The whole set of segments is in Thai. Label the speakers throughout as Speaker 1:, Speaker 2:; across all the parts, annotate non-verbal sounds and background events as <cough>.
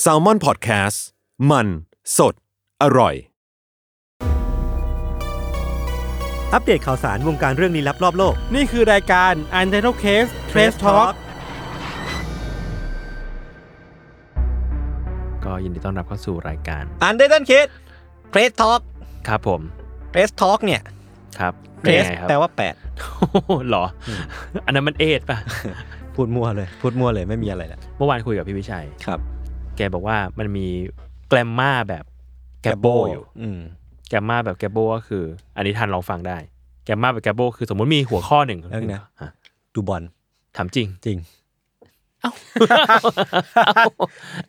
Speaker 1: แซลมอนพอดแคสต์มันสดอร่อย
Speaker 2: อัปเดตข่าวสารวงการเรื่องลี้ลับรอบโลก
Speaker 3: นี่คือรายการ u n t i t l e d Case Trace Talk ก็ยินดีต้อนรับเข้าสู่รายการ
Speaker 2: อันเดอร์ตันคิดเพรสท็อก
Speaker 3: ครับผม
Speaker 2: เพรสท็อกเนี่ย
Speaker 3: ครับ
Speaker 2: เพร
Speaker 3: ป็น
Speaker 2: ส
Speaker 3: ไงคบ
Speaker 2: แปล ว่าแปด
Speaker 3: โอ้ <laughs> โหเหรอออันนั้นมันเอทป่ะ
Speaker 2: พูดมั่วเลย พูดมั่วเลยไม่มีอะไรแล้ว
Speaker 3: เมื่อวานคุยกับพี่วิชัย
Speaker 2: ครับ
Speaker 3: แกบอกว่ามันมีแกลมมาแบบแกโบอยู่
Speaker 2: อืม
Speaker 3: แกมมาแบบแกโบก็คือ อันนี้ทันลองฟังได้ แกมมาแบบแกโบคือสมมติมีหัวข้อหนึ่ง
Speaker 2: เรื่องนะ
Speaker 3: ฮ
Speaker 2: ดูบอล
Speaker 3: ถามจริง
Speaker 2: จริง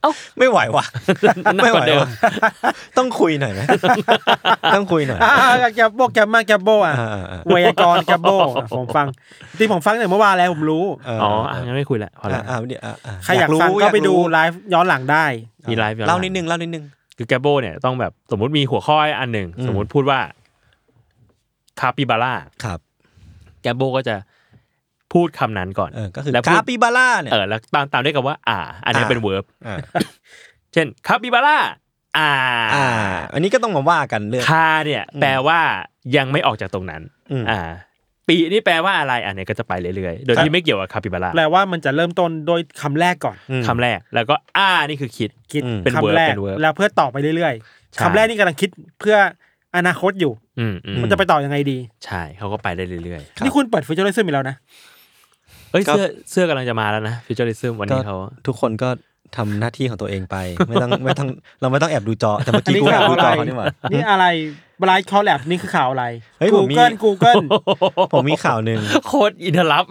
Speaker 3: เอ้า
Speaker 2: ไม่ไหว
Speaker 3: <laughs>
Speaker 2: ว่ะ
Speaker 3: หนัก
Speaker 2: ไม่
Speaker 3: ก
Speaker 2: ไหว
Speaker 3: ว่าเดิม
Speaker 2: ว่ะต้องคุยหน่อย
Speaker 3: <laughs>
Speaker 2: ไหม ต้องคุยหน่อย
Speaker 4: อ่าแกบโบแกบมาแกบโบอ่ะ
Speaker 2: อ่าอ่า
Speaker 4: ไวยากรณ์แกบโบอ่ะผมฟังจริงผมฟังแต่เมื่อวานแล้วผมรู้
Speaker 2: เออ
Speaker 3: อ๋
Speaker 2: อ๋
Speaker 3: ออ่ะงั้นไม่คุยละพอละ
Speaker 2: อ่าเนี่ยอ่าอ่า
Speaker 4: ใครอยากฟังก็ไปดูไลฟ์ย้อนหลังได้
Speaker 3: มีไลฟ์ย้อหง
Speaker 2: เล่านิดนึงเล่านิดนึง
Speaker 3: คือแกโบเนี่ยต้องแบบสมมติมีหัวข้ออันหนึ่ง
Speaker 2: อืม
Speaker 3: สมมติพูดว่าคาปิบาร่า
Speaker 2: ครับ
Speaker 3: แกโบก็จะพูดคำนั้นก่อน
Speaker 2: เออก็คือ
Speaker 3: แล้ว
Speaker 2: คา
Speaker 3: พูด
Speaker 2: ปิบาร่าเนี่ย
Speaker 3: เออแล้วตามตามด้วยกับว่า อ่า อันนี้
Speaker 2: อ่า
Speaker 3: เป็นเวิร์บ
Speaker 2: อ่า
Speaker 3: เช่นคาปิบาร่าอ่า
Speaker 2: อ่า อันนี้ก็ต้องมาว่ากันเรื่อง
Speaker 3: คาเนี่ย แปลว่ายังไม่ออกจากตรงนั้น
Speaker 2: อืม
Speaker 3: อ่า ปีนี่แปลว่าอะไรอันนี้ก็จะไปเรื่อยๆ โดยที่ไม่เกี่ยวกับคาปิบาร่า
Speaker 4: แปลว่ามันจะเริ่มต้นโดยคำแรกก่อน
Speaker 2: อืม
Speaker 3: คำแรก แล้วก็อ่านี่คือคิด
Speaker 4: คิด
Speaker 2: อืม
Speaker 3: เป็น
Speaker 4: คำ
Speaker 3: verb
Speaker 4: แรก
Speaker 3: เป็น verb
Speaker 4: แล้วเพื่อต่อไปเรื่อย
Speaker 3: ใช่
Speaker 4: ๆคำแรกนี่กำลังคิดเพื่ออนาคตอยู่
Speaker 3: อืมอืม
Speaker 4: มันจะไปต่อยังไงดี
Speaker 3: ใช่เขาก็ไปได้เรื่อย
Speaker 2: ครับ
Speaker 4: นี่คุณเปิดฟิชเชอร์ซึ่งอีกแล้วนะ
Speaker 3: ๆเอ้ย
Speaker 2: ก็
Speaker 3: เสื้อเสื้อกำลังจะมาแล้วนะฟิวเจอริซึมวันนี้เขา
Speaker 2: ก็ทุกคนก็ทำหน้าที่ของตัวเองไป ไม่ต้องไม่ต้องเราไม่ต้องแอบดูจอแต่เมื่อ
Speaker 4: อัน
Speaker 2: กี้
Speaker 4: นี้
Speaker 2: กูแอบ
Speaker 4: ข่า
Speaker 2: ดูจ
Speaker 4: วอะไร
Speaker 2: อเขานี่หว่า
Speaker 4: นี่อะไรบรายคอลแลบนี่คือข่าวอะไร
Speaker 2: เฮ้ยผมมี
Speaker 4: Google Google
Speaker 2: ผมมีข่าวหนึ่ง
Speaker 3: โคตรอินทรับ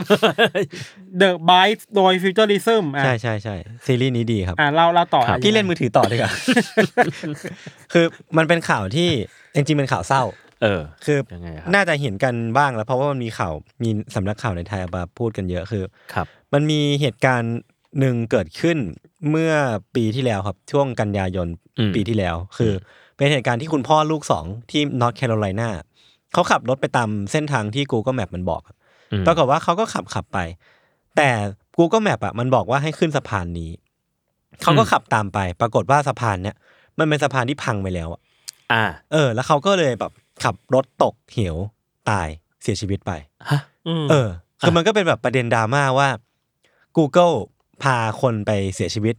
Speaker 4: The Bytes โดย Futurism อ่ะ
Speaker 2: ใช่ใช่ใช่ซีรีส์นี้ดีครับ
Speaker 4: อ่ะเราเราต่อ
Speaker 3: ครับ
Speaker 4: ยังไง
Speaker 2: พี่เล่นมือถือต่อดีกว่า คือมันเป็นข่าวที่จริงๆเป็นข่าวเศร้า
Speaker 3: เออ
Speaker 2: คือ
Speaker 3: ยังไงครับ
Speaker 2: น่าจะเห็นกันบ้างแล้วเพราะว่ามันมีข่าวมีสำนักข่าวในไทยเอามาพูดกันเยอะคือ
Speaker 3: ครับ
Speaker 2: มันมีเหตุการณ์หนึ่งเกิดขึ้นเมื่อปีที่แล้วครับ ช่วงกันยายน
Speaker 3: อืม
Speaker 2: ปีที่แล้ว คือ เป็นเหตุการณ์ที่คุณพ่อลูกสองที่นอร์ทแคโรไลนาเขาขับรถไปตามเส้นทางที่ Google Map มันบอกครับ
Speaker 3: อืม
Speaker 2: ปรากฏว่าเขาก็ขับขับไป แต่ Google Map อ่ะมันบอกว่าให้ขึ้นสะพานนี้ เขาก็ขับตามไป ปรากฏว่าสะพานเนี้ยมันเป็นสะพานที่พังไปแล้วอะ
Speaker 3: อ่า
Speaker 2: เออ แล้วเขาก็เลยแบบขับรถตกเหวตายเสียชีวิตไป
Speaker 3: ฮะ
Speaker 2: เออ คือมันก็เป็นแบบประเด็นดราม่าว่า Google พาคนไปเสียชีวิต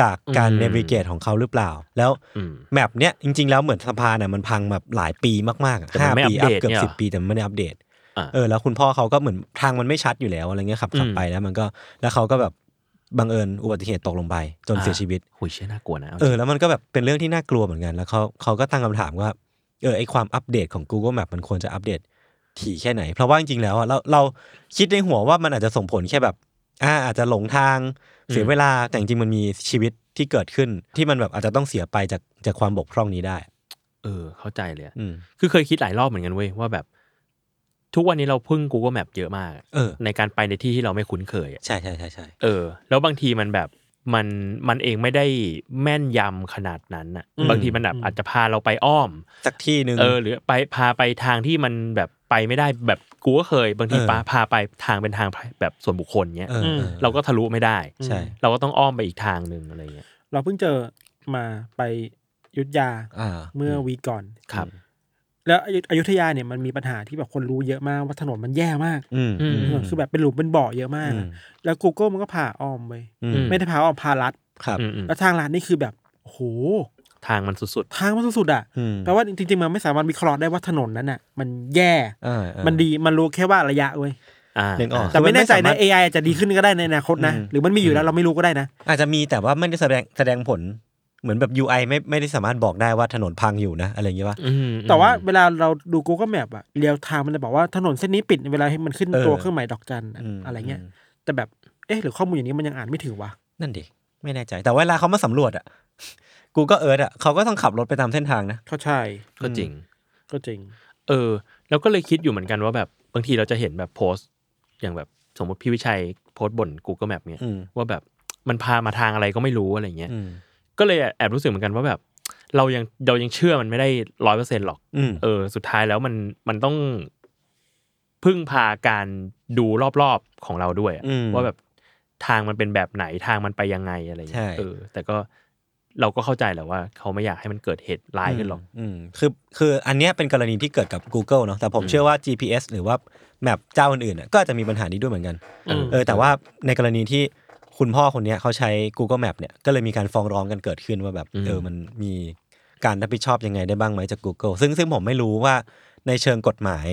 Speaker 2: จากการ
Speaker 3: อืม
Speaker 2: เนวิเกตของเขาหรือเปล่า แล้ว
Speaker 3: อืม
Speaker 2: แมปเนี้ยจริง ๆ แล้วเหมือนสะพานน่ะมันพังแบบหลายปีมากๆอะ
Speaker 3: แต่มั
Speaker 2: ห้าน
Speaker 3: ไม่
Speaker 2: ปี
Speaker 3: อั
Speaker 2: อัพ
Speaker 3: ปเดต
Speaker 2: เกือบ
Speaker 3: เนี่ย
Speaker 2: สิบปีแต่มันไม่ได้อัปเดต
Speaker 3: อ่ะ
Speaker 2: เออ แล้วคุณพ่อเขาก็เหมือนทางมันไม่ชัดอยู่แล้วอะไรเงี้ยขับขับ
Speaker 3: อืม
Speaker 2: ไปแล้วมันก็แล้วเขาก็แบบบังเอิญอุบัติเหตุตกลงไป จน
Speaker 3: อ่ะ
Speaker 2: เสียชีวิต
Speaker 3: หุยเชื่อน่ากลัวนะาจ
Speaker 2: เอ
Speaker 3: ริง
Speaker 2: อแล้วมันก็แบบเป็นเรื่องที่น่ากลัวเหมือนกัน แล้วเขาเขาก็ตั้งคำถามว่าเออไอความอัปเดตของ Google Map มันควรจะอัปเดตถี่แค่ไหน เพราะว่าจริงๆแล้วอะเราเราคิดในหัวว่ามันอาจจะส่งผลแค่แบบอ่าอาจจะหลงทางเสียเวลาแต่จริงๆมันมีชีวิตที่เกิดขึ้น ที่มันแบบอาจจะต้องเสียไปจากจากความบกพร่องนี้ได้
Speaker 3: เออ เข้าใจเลยอะ
Speaker 2: อืม
Speaker 3: คือเคยคิดหลายรอบเหมือนกันเว้ยว่าแบบ ทุกวันนี้เราพึ่ง Google Map เยอะมากอะ
Speaker 2: เออ
Speaker 3: ในการไปในที่ที่เราไม่คุ้นเคยอะ
Speaker 2: ใช่ใช่ใช่ใช่
Speaker 3: เออ แล้วบางทีมันแบบมันมันเองไม่ได้แม่นยำขนาดนั้นอ่ะ
Speaker 4: อืม
Speaker 3: บางทีมันแบบอาจจะพาเราไปอ้อม
Speaker 2: สักที่หนึ่ง
Speaker 3: เออหรือไปพาไปทางที่มันแบบไปไม่ได้แบบกูก็เคย บางที
Speaker 2: เออ
Speaker 3: พาพาไปทางเป็นทางแบบส่วนบุคคลเนี้ย
Speaker 2: เออเออ
Speaker 3: เราก็ทะลุไม่ได้
Speaker 2: ใช่
Speaker 3: เราก็ต้องอ้อมไปอีกทางหนึ่งอะไรอย่างเงี้ย
Speaker 4: เราเพิ่งเจอมาไปอยุทธยา
Speaker 2: อ่า
Speaker 4: เมื่อวีคก่อน
Speaker 3: ครับ
Speaker 4: แล้วอยุธอยุธยาเนี่ยมันมีปัญหาที่แบบคนรู้เยอะมากว่าถนนมันแย่มาก
Speaker 2: อืม
Speaker 3: อืม
Speaker 4: คือแบบเป็นหลุมเป็นบ่อเยอะมาก
Speaker 2: อืม
Speaker 4: อะแล้ว Google มันก็พาอ้อมไป
Speaker 2: อืม
Speaker 4: ไม่ได้พาอ้อมพาลัด
Speaker 2: ครับ
Speaker 3: อืมอืม
Speaker 4: แล้วทางลัดนี่คือแบบโอ้โห
Speaker 3: ทางมันสุด
Speaker 4: ทางมันสุดๆอ่ะ
Speaker 2: อืม
Speaker 4: แปลว่าจริงๆมันไม่สามารถวิเคราะห์ได้ว่าถนนนั้นอ่ะ มันแย่
Speaker 2: อ่าอ่า
Speaker 4: มันดีมันรู้แค่ว่าระยะเว้ย
Speaker 3: ๆ อ่า
Speaker 2: นึกออก
Speaker 4: แต่
Speaker 2: คือมัน
Speaker 4: ไม่แน่ใจ
Speaker 2: ไม่สามาร
Speaker 4: นะ
Speaker 2: ถ
Speaker 4: AI อาจจะดีขึ้นก็ได้ในอนาคตนะ
Speaker 2: อืม
Speaker 4: หรือมันมีอยู่แล้วเราไม่รู้ก็ได้นะ
Speaker 2: อาจจะมีแต่ว่าไม่ได้แสดงแสดงผลเหมือนแบบ UI ไม่ไม่ได้สามารถบอกได้ว่าถนนพังอยู่นะ อะไรอย่างเงี้ยป่ะ
Speaker 3: อืมอืม
Speaker 4: แต่ว่าเวลาเราดู Google Map อะเรียวไทม์มันจะบอกว่าถนนเส้นนี้ปิดเวลาให้มันขึ้น
Speaker 2: เออ
Speaker 4: ตัวเครื่องหมายดอกจันอะ
Speaker 2: ม
Speaker 4: อะไรเงี้ย
Speaker 2: ม
Speaker 4: แต่แบบ เอ๊ะ หรือข้อมูลอย่างนี้มันยังอ่านไม่ถึงวะ
Speaker 2: นั่นดิ ไม่แน่ใจ แต่เวลาเขามาสำรวจอ่ะ กูก็เอิร์ดอ่ะเขาก็ต้องขับรถไปตามเส้นทางนะ
Speaker 4: ก็ใช่
Speaker 3: ก็จริง
Speaker 4: ก็จริง
Speaker 3: เออ แล้วก็เลยคิดอยู่เหมือนกันว่าแบบบางทีเราจะเห็นแบบโพสต์ อย่างแบบสมมติพี่วิชัยโพสต์บน Google Map เนี่ย
Speaker 2: อืม
Speaker 3: ว่าแบบมันพามาทางอะไรก็ไม่รู้อะไรเงี้ย
Speaker 2: อืม
Speaker 3: ก็เลยแอบรู้สึกเหมือนกันว่าแบบ เรายังเรายังเชื่อมันไม่ได้ร้อยเปอร์เซ็นหรอก
Speaker 2: อืม
Speaker 3: เออ สุดท้ายแล้วมันมันต้อง พึ่งพาการดูรอบๆของเราด้วยอะ
Speaker 2: อืม
Speaker 3: ว่าแบบทางมันเป็นแบบไหนทางมันไปยังไงอะไร
Speaker 2: ใช่
Speaker 3: เงี้ยเออ แต่ก็เราก็เข้าใจแหละว่า เขาไม่อยากให้มันเกิดเหตุร้ายขึ้นหรอก
Speaker 2: อืมคือคืออันเนี้ยเป็นกรณีที่เกิดกับ Google เนาะแต่ผม
Speaker 3: อืม
Speaker 2: เชื่อว่า GPS หรือว่าแมปเจ้าอื่นๆน่ะก็อาจจะมีปัญหานี้ด้วยเหมือนกัน
Speaker 3: เออ
Speaker 2: เออแต่ว่าในกรณีที่คุณพ่อคนเนี้ยเขาใช้ Google Map เนี่ยก็เลยมีการฟ้องร้องกันเกิดขึ้นว่าแบบเออมันมีการรับผิดชอบยังไงได้บ้างไหมจาก Google ซึ่งซึ่งผมไม่รู้ว่าในเชิงกฎหมาย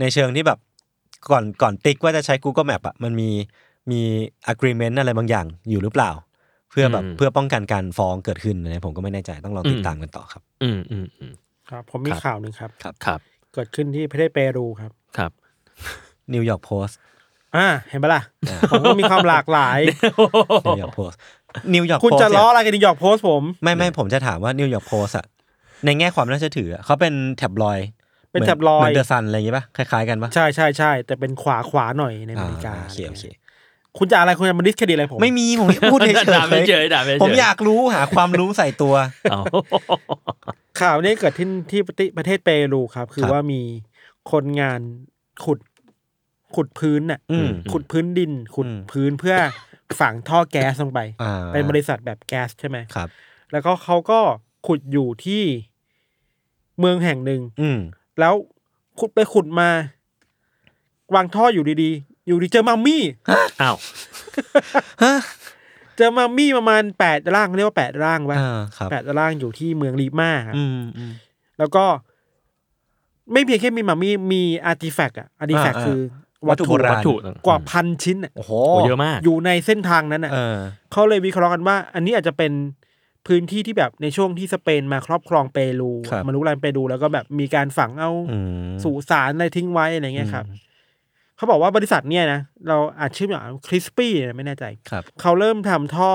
Speaker 2: ในเชิงที่แบบก่อนก่อนติ๊กว่าจะใช้ Google Map อะมันมีมี agreement อะไรบางอย่างอยู่หรือเปล่า เพื่อแบบ
Speaker 3: อืม
Speaker 2: เพื่อป้องกันการฟ้องเกิดขึ้นนะผมก็ไม่แน่ใจต้องลองติดตามกันต่อครับ
Speaker 3: อืมอืมอืม
Speaker 4: ครับ ผมมีข่าวหนึ่งครับ
Speaker 3: ครับ
Speaker 4: เกิดขึ้นที่ประเทศเปรูครับ
Speaker 3: ครับ
Speaker 2: นิวยอร์กโพสต์
Speaker 4: อ่า เห็นปะล่ะผมก็มีความหลากหลาย
Speaker 2: นิวยอร์กโพสต์นิวยอร์ก
Speaker 4: คุณ
Speaker 2: โพส
Speaker 4: จะ
Speaker 2: ต์
Speaker 4: ล้ออะไรกันนิวยอร์กโพสต์ผม
Speaker 2: ไม่ไม่ผมจะถามว่านิวยอร์กโพสต์อะในแง่ความน่าเชื่อถืออะเขาเป็นแท็บลอยด์
Speaker 4: เป็น
Speaker 2: หมือ
Speaker 4: แท็บลอยด์
Speaker 2: เหมือนเดอะซันอะไรอย่างงี้ป่ะคล้ายๆกันป่ะ
Speaker 4: ใช่ใช่ใช่แต่เป็นขวาขวาหน่อยในอเมริกา
Speaker 2: อ่โอเคโอเค
Speaker 4: คุณจะอะไรคุณจะมาดิสเครดิตอะไรผม
Speaker 2: ไม่มีผมพูดเฉย
Speaker 3: ด่าไม่เฉยด่าไม่เฉย
Speaker 2: ผมอยากรู้หาความรู้ใส่ตัว
Speaker 3: เอา
Speaker 4: ข่าวนี้เกิดที่ที่ประเทศประเทศเปรูครับ คื
Speaker 2: ค
Speaker 4: อ
Speaker 2: รับ
Speaker 4: ว่ามีคนงานขุดขุดพื้นน่ะ
Speaker 2: อืม
Speaker 4: ขุดพื้นดิน ขุด
Speaker 2: อืม
Speaker 4: พื้นเพื่อฝังท่อแก๊สลงไป
Speaker 2: อ่า
Speaker 4: เป็นบริษัทแบบแก๊สใช่ไหม
Speaker 2: ครับ
Speaker 4: แล้วก็เขาก็ขุดอยู่ที่เมืองแห่งหนึ่ง
Speaker 2: อืม
Speaker 4: แล้วขุดไปขุดมา วางท่ออยู่ดีๆ อยู่ดีเจอมัมมี่
Speaker 3: อ้าว
Speaker 4: เจอมัมมี่ประมาณแปดร่างเรียกว่าแปดร่างป่ะ
Speaker 2: อ่าครับ
Speaker 4: แปดร่างอยู่ที่เมืองลีมาครับ
Speaker 2: อืมอืม
Speaker 4: แล้วก็ ไม่เพียงแค่มีมัมมี่มีอาร์ติแฟกต์อะอาร์ติแฟกต์
Speaker 2: อ่าๆ
Speaker 4: คือ
Speaker 2: วั
Speaker 4: วั
Speaker 2: ต
Speaker 4: ต
Speaker 2: ถุ
Speaker 4: ถุ
Speaker 2: โบราณ
Speaker 3: วัตถุ
Speaker 4: กว่าพันชิ้นอะ
Speaker 2: โอ้โห
Speaker 3: โอ้เยอะมาก
Speaker 4: อยู่ในเส้นทางนั้นอะ
Speaker 2: เออ
Speaker 4: เขาเลยวิเคราะห์กันว่า อันนี้อาจจะเป็นพื้นที่ที่แบบในช่วงที่สเปนมาครอบครองเปรู
Speaker 2: ครับ
Speaker 4: มารุกรานเปรูแล้วก็แบบมีการฝังเอา
Speaker 2: อืม
Speaker 4: สุสานอะไรทิ้งไว้อะไรเงี้ยครับ
Speaker 2: อืม
Speaker 4: เขาบอกว่าบริษัทเนี่ยนะ เราอาจชื่ออย่างคริสปี้ไม่แน่ใจ
Speaker 2: ครับ
Speaker 4: เขาเริ่มทำท่อ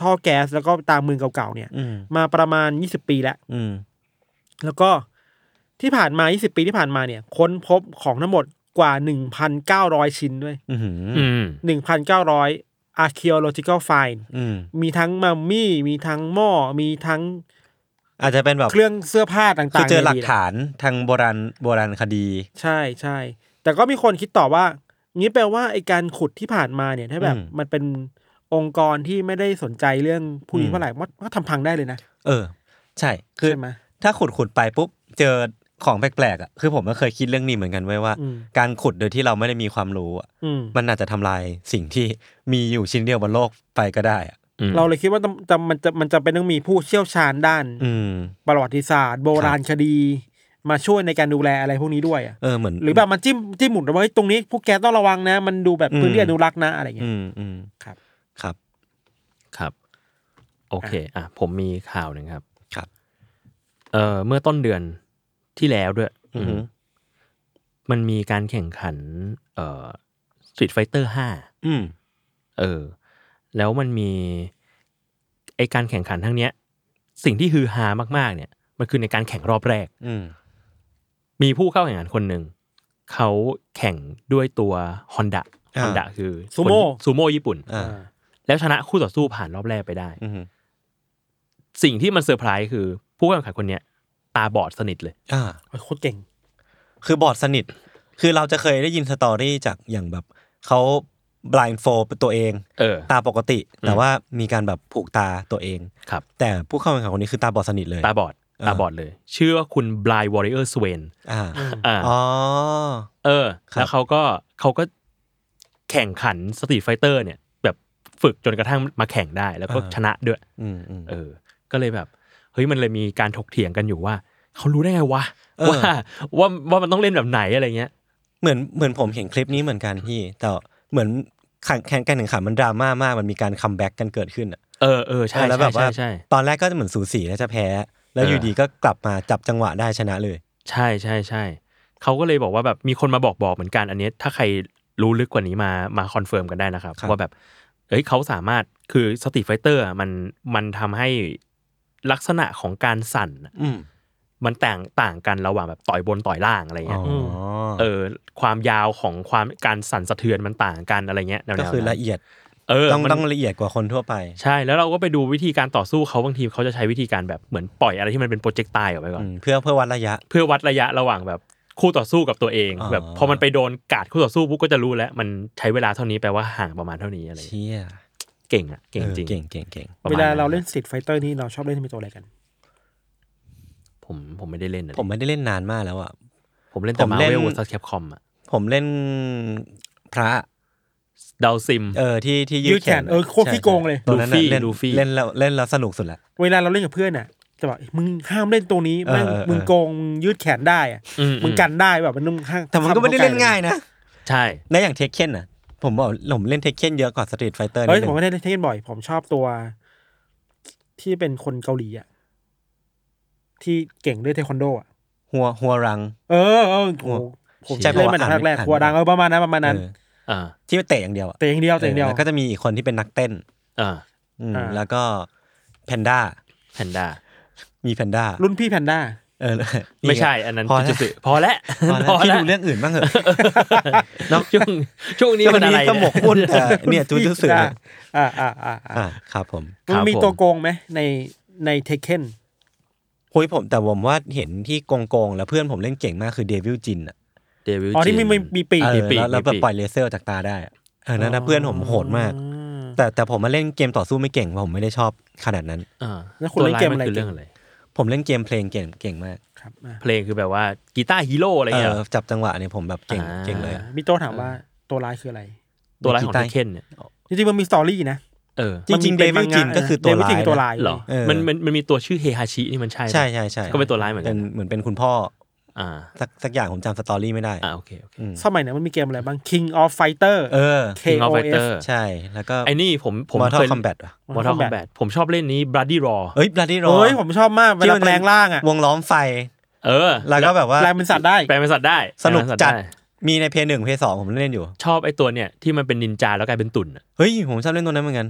Speaker 4: ท่อแก๊สแล้วก็ตามเมืองเก่าๆเนี่ย
Speaker 2: อืม
Speaker 4: มาประมาณ 20 ปีแล้ว
Speaker 2: อืม
Speaker 4: แล้วก็ที่ผ่านมา 20 ปีที่ผ่านมาเนี่ย ค้นพบของทั้งหมดกว่า 1,900 ชิ้นด้วย
Speaker 2: อืม
Speaker 3: อืม
Speaker 4: 1,900 archaeological find
Speaker 2: อืม
Speaker 4: มีทั้งมัมมี่ มีทั้งหม้อมีทั้ง
Speaker 2: อาจจะเป็นแบบ
Speaker 4: เครื่องเสื้อผ้าต่างๆ
Speaker 2: คือเจอหลัก
Speaker 4: ในดี
Speaker 2: ฐานทางโบราณโบราณคดี
Speaker 4: ใช่ใช่ แต่ก็มีคนคิดต่อว่า งี้แปลว่าไอการขุดที่ผ่านมาเนี่ย ถ้าแบบ
Speaker 2: อืม
Speaker 4: มันเป็นองค์กรที่ไม่ได้สนใจเรื่องผู้หญิ
Speaker 2: อื
Speaker 4: ง
Speaker 2: ม
Speaker 4: เท่าไหร่มันก็ทำพังได้เลยนะ
Speaker 2: เออ ใช่คือ
Speaker 4: ใช่ไหม
Speaker 2: ถ้าขุดขุดไปปุ๊บเจอของแปลกๆอ่ะคือผมก็เคยคิดเรื่องนี้เหมือนกันไว้ยว่า
Speaker 4: อืม
Speaker 2: การขุดโดยที่เราไม่ได้มีความรู้อะ
Speaker 4: อืม
Speaker 2: มันอาจจะทำลายสิ่งที่มีอยู่ชิ้นเดียวบนโลกไปก็ได้อะ
Speaker 4: เราเลยคิดว่าต้องจะมันจะมันจะเป็นต้องมีผู้เชี่ยวชาญด้าน
Speaker 2: อืม
Speaker 4: ประวัติศาสตร์ โบราณคดี มาช่วยในการดูแลอะไรพวกนี้ด้วยอะ
Speaker 2: เออเหมือน
Speaker 4: หรือแบบมันจิ้มจิ้มหมุนเอาไว้ตรงนี้พวกแกต้องระวังนะ มันดูแบบพื้นที่อนุรักษ์นะอะไรอย่างเงี้
Speaker 2: อื
Speaker 4: ย
Speaker 2: มอืม
Speaker 4: ครับ
Speaker 2: ครับ
Speaker 3: ครับ โอเค อ่ะ ผมมีข่าวหนึ่งครับ
Speaker 2: ครับ
Speaker 3: เอ่อเมื่อต้นเดือนที่แล้วด้วย
Speaker 2: อืม
Speaker 3: มันมีการแข่งขัน เอ่อสตรีทไฟเตอร์ห้า
Speaker 2: อืม
Speaker 3: เออ แล้วมันมี ไอการแข่งขันทั้งเนี้ย สิ่งที่ฮือฮามาก ๆ เนี่ย มันคือในการแข่งรอบแรก
Speaker 2: อืม
Speaker 3: มีผู้เข้าแข่งขันคนหนึ่ง เขาแข่งด้วยตัว
Speaker 2: า
Speaker 3: Honda Honda คือ
Speaker 4: ซูโม่
Speaker 3: คนซูโม่ญี่ปุ่น
Speaker 2: อ่า
Speaker 3: แล้วชนะคู่ต่อสู้ผ่านรอบแรกไปได้
Speaker 2: อืม
Speaker 3: สิ่งที่มันเซอร์ไพรส์คือ ผู้เข้าแข่งขันคนเนี้ย ตาบอดสนิทเลย
Speaker 2: อ่า
Speaker 4: โอ้ยโคตรเก่ง
Speaker 2: คือบอดสนิท คือเราจะเคยได้ยินสตอรี่จากอย่างแบบเขาบลายโฟตัวเอง
Speaker 3: เออ
Speaker 2: ตาปกติ แต่
Speaker 3: อืม
Speaker 2: ว่ามีการแบบผูกตาตัวเอง
Speaker 3: ครับ
Speaker 2: แต่ผู้เข้าแข่งขันคนนี้คือตาบอดสนิทเลย
Speaker 3: ตาบอด
Speaker 2: อ่า
Speaker 3: ตาบอดเลย ชื่อว่าคุณบลายวอริเออร์สเวน
Speaker 2: อ่า
Speaker 3: อ่า
Speaker 2: อ๋อ
Speaker 3: เออ
Speaker 2: ครับ
Speaker 3: แล้วเขาก็เขาก็แข่งขันสตรีทไฟเตอร์เนี่ย แบบฝึกจนกระทั่งมาแข่งได้ แล้วก็ชนะด้วย
Speaker 2: อืมอืม
Speaker 3: เออ ก็เลยแบบ เฮ้ย มันเลยมีการถกเถียงกันอยู่ว่า เขารู้ได้ไงวะ
Speaker 2: เออ
Speaker 3: ว่า ว่าว่ามันต้องเล่นแบบไหนอะไรเงี้ย
Speaker 2: เหมือนเหมือนผมเห็นคลิปนี้เหมือนกันพี่ แต่เหมือนแข่งแข่งกันหนึ่งขันมันดราม่ามากมันมีการคัมแบ็กกันเกิดขึ้นอะ
Speaker 3: เออเออใช่
Speaker 2: แล้วแบบว่า
Speaker 3: ใช่ใช่
Speaker 2: ตอนแรกก็เหมือนสูสีแล้วจะแพ้ แล้วอยู่
Speaker 3: เออ
Speaker 2: ดีก็กลับมาจับจังหวะได้ชนะเลย
Speaker 3: ใช่ใช่ใช่เขาก็เลยบอกว่าแบบมีคนมาบอกบอกเหมือนกันอันเนี้ยถ้าใครรู้ลึกกว่านี้มามาคอนเฟิร์มกันได้นะครับ
Speaker 2: ครับ
Speaker 3: ว่าแบบ เอ้ยเขาสามารถคือสตรีทไฟเตอร์มันมันทำให้ลักษณะของการสั่นอะ
Speaker 2: อืม
Speaker 3: มันต่างต่างกันระหว่างแบบต่อยบนต่อยล่างอะไรเงี้ย
Speaker 2: อ๋อ
Speaker 3: เออความยาวของความการสั่นสะเทือนมันต่างกันอะไรเงี้ยแนวๆ
Speaker 2: ก็
Speaker 3: นั้น
Speaker 2: คือละเอียด
Speaker 3: เออ
Speaker 2: ต้อง
Speaker 3: มัน
Speaker 2: ต้องละเอียดกว่าคนทั่วไป
Speaker 3: ใช่แล้วเราก็ไปดูวิธีการต่อสู้เขาบางทีเขาจะใช้วิธีการแบบเหมือนปล่อยอะไรที่มันเป็นโปรเจกต์ตายออกไปก่อน
Speaker 2: อืมเพื่อเพื่อวัดระยะ
Speaker 3: เพื่อวัดระยะระหว่างแบบคู่ต่อสู้กับตัวเอง
Speaker 2: อ๋อ
Speaker 3: แบบพอมันไปโดนกาดคู่ต่อสู้ปุ๊บก็จะรู้แล้ว มันใช้เวลาเท่านี้แปลว่าห่างประมาณเท่านี้อะไรอย่างเงี้ย
Speaker 2: เชี่ย
Speaker 3: เก่งอ่ะเก่ง
Speaker 2: ออ
Speaker 3: จริง
Speaker 2: เก่งเก่งเก่ง
Speaker 3: ประ
Speaker 4: เว
Speaker 3: มณ
Speaker 4: ลาเราเล่นสตรีทไฟเตอร์นี่เราชอบเล่นเป็นตัวอะไรกัน
Speaker 3: ผมผมไม่ได้เล่นอะ
Speaker 2: ผมไม่ได้เล่นนานมากแล้วอ่ะ
Speaker 3: ผมเล่นแต่
Speaker 2: ผม
Speaker 3: มา
Speaker 2: เล่น
Speaker 3: เวลวอร์ซัสแคปคอมอะ
Speaker 2: ผมเล่นพระ
Speaker 3: ดาวซิม
Speaker 2: เออที่ที่
Speaker 4: ยื
Speaker 2: ยื
Speaker 4: ด
Speaker 2: ด
Speaker 4: แข
Speaker 2: แข
Speaker 4: น
Speaker 2: น
Speaker 4: เออโคตรขี้โกงเลย
Speaker 2: ตอนนั้น
Speaker 3: ลูฟี่
Speaker 2: น่ะเล่น
Speaker 3: ลูฟี่
Speaker 2: เล่นแล้วเล่นแล้วสนุกสุดละ
Speaker 4: เวลาเราเล่นกับเพื่อนอ่ะจะบอกมึงห้ามเล่นตัวนี้
Speaker 2: เออ
Speaker 4: แม่ง
Speaker 2: เออเออ
Speaker 4: มึงโกงมึงยืดแขนได้อะ
Speaker 3: อืม
Speaker 4: มึงกันได้แบบมันต้องห้าม
Speaker 2: แต่มันก็ไม่ได้เล่นง่ายนะ
Speaker 3: ใช่
Speaker 2: ในอย่างเทคเคนน่ะ ผมบอกผมเล่นเทคเคนเยอะกว่าสตรีทไฟเตอร์
Speaker 4: เฮ้ย
Speaker 2: นิด
Speaker 4: ผ
Speaker 2: นึ
Speaker 4: ม
Speaker 2: ง
Speaker 4: ก็ได้เล่นเทนบ่อย ผมชอบตัว ที่เป็นคนเกาหลีอ่ะที่เก่งด้วยเทควันโดอ่ะ
Speaker 2: หัวหัวรัง
Speaker 4: เออเออโอ้โหผม
Speaker 2: ใช่
Speaker 4: จำเล่นมัน
Speaker 2: เพราะว่าอ่าน
Speaker 4: แรก
Speaker 2: อ่าน
Speaker 4: ๆหัวดังเออประมาณนั้นประมาณนั้น
Speaker 2: เออ
Speaker 3: อ่า
Speaker 2: ที่เตะอย่างเดียวอะ
Speaker 4: แต่อย่างเดียวแต่อย่างเดียว
Speaker 2: แล้วก็จะมีอีกคนที่เป็นนักเต้น
Speaker 3: อ่า
Speaker 2: อืม
Speaker 4: อ่า
Speaker 2: แล้วก็แพนด้า
Speaker 3: แพนด้า
Speaker 2: มีแพนด้า
Speaker 4: รุ่นพี่แพนด้า
Speaker 2: เออ <laughs> นี่ง
Speaker 3: ไม่ใช่ อันนั้น
Speaker 2: พอแล้
Speaker 3: จุด
Speaker 2: ว
Speaker 3: สุพอแล้ว
Speaker 2: พอแล้วที่ดูเรื่องอื่นบ้างเหอะ
Speaker 3: เนาะช่วงช่วงนี้มันอะไร
Speaker 2: ก็หมกมุ่
Speaker 4: <laughs>
Speaker 2: นแต่เนี่ยจูจูสึ
Speaker 4: อ่า
Speaker 2: เนี่ย
Speaker 4: อ่าอ่าอ่าอ่า
Speaker 2: อ่ะครับผม
Speaker 4: มึงมีตัวโกงไหมในในเทคเคน
Speaker 2: คุยผมแต่ผมว่าเห็นที่โกงๆ แล้วเพื่อนผมเล่นเก่งมากคือเดวิลจินอ่ะ
Speaker 3: เดวิล
Speaker 4: อ๋อที่มีมี
Speaker 3: จิน
Speaker 4: มีปีก
Speaker 2: เออ
Speaker 3: ปีก
Speaker 2: แล้วแล้วแบบ
Speaker 3: มีปีก
Speaker 2: ปล่อยเลเซอร์จากตาได้อะเออนั่นนะเพื่อนผมโหดมาก
Speaker 4: อืม
Speaker 2: แต่แต่ผมมาเล่นเกมต่อสู้ไม่เก่งเพราะผมไม่ได้ชอบขนาดนั้น
Speaker 3: อ่า
Speaker 4: แล้วคุณเล่นเกมอะไร
Speaker 3: ตัวายนคือเรื่องอะไร
Speaker 2: ผมเล่นเกมเพลงเก่งเก่งมาก
Speaker 4: ครับอ่ะ
Speaker 3: เพลงคือแบบว่ากีตาร์ฮีโร่อะไร
Speaker 2: เอ
Speaker 3: เงี้ย
Speaker 2: อจับจังหวะเนี่ยผมแบบเก่ง
Speaker 3: อ่า
Speaker 2: เก่งเลยอะ
Speaker 4: มีโตถามว่าตัวร้ายคืออะไร
Speaker 3: ตัวร้ายของ
Speaker 2: กีตา
Speaker 3: เท
Speaker 2: ร์
Speaker 3: เคนเนี่ย
Speaker 4: จริงๆมันมีสตอรี่นะ
Speaker 3: เออ
Speaker 2: จริงๆ
Speaker 4: มั
Speaker 2: เด
Speaker 4: มี
Speaker 2: วิลจินก็คือตัว
Speaker 4: เดวิล
Speaker 2: ร้า
Speaker 4: จิน
Speaker 2: ย
Speaker 4: ตัว
Speaker 2: นะ
Speaker 4: ร้าย
Speaker 3: เหรอ
Speaker 2: เออ
Speaker 3: มันมันมันมีตัวชื่อเฮฮาชินี่มันใช่ไหม
Speaker 2: ใช่ใช่ใช่
Speaker 3: ก็เป็นตัวร้ายเหมือนกัน
Speaker 2: เหมือนเป็นคุณพ่อ
Speaker 3: อ่า
Speaker 2: สักสักอย่างผมจำสตอรี่ไม่ได้
Speaker 3: อ่าโอเคโอเค
Speaker 4: สมัยนั้นมันมีเกมอะไรบ้าง King of Fighter
Speaker 2: เออ
Speaker 3: งอ
Speaker 4: KOF
Speaker 3: ไฟเตอร์
Speaker 2: ใช่แล้วก็
Speaker 3: ไอ้นี่ผมผม
Speaker 2: มอร์ทั
Speaker 3: เค
Speaker 2: ล
Speaker 3: ย
Speaker 2: คอมแบทอ่ะ
Speaker 3: มอร์ทัลคอมแบทผมชอบเล่นนี้บ l o o d y Raw
Speaker 2: เอ้ยบลัดดี้รอ
Speaker 4: เอ้ยผมชอบมากเว
Speaker 2: ที่
Speaker 4: ลา
Speaker 2: มัน
Speaker 4: แปลงร่างอ่ะ
Speaker 2: วงล้อมไฟ
Speaker 3: เออ
Speaker 2: แล้วก็แบบว่า
Speaker 4: แปลงเป็นสัตว์ได้
Speaker 3: แปลงเป็นสัตว์ได้
Speaker 2: สนุก
Speaker 3: แปลงเป็สัตว์
Speaker 2: จัด
Speaker 3: ไ
Speaker 2: มีในเพย์หนึ่งเพย์สองผมเล่นอยู่
Speaker 3: ชอบไอ้ตัวเนี่ยที่มันเป็นนินจาแล้วกลายเป็นตุ่นอะ
Speaker 2: เฮ้ย ผมชอบเล่นตัวนั้นเหมือนกัน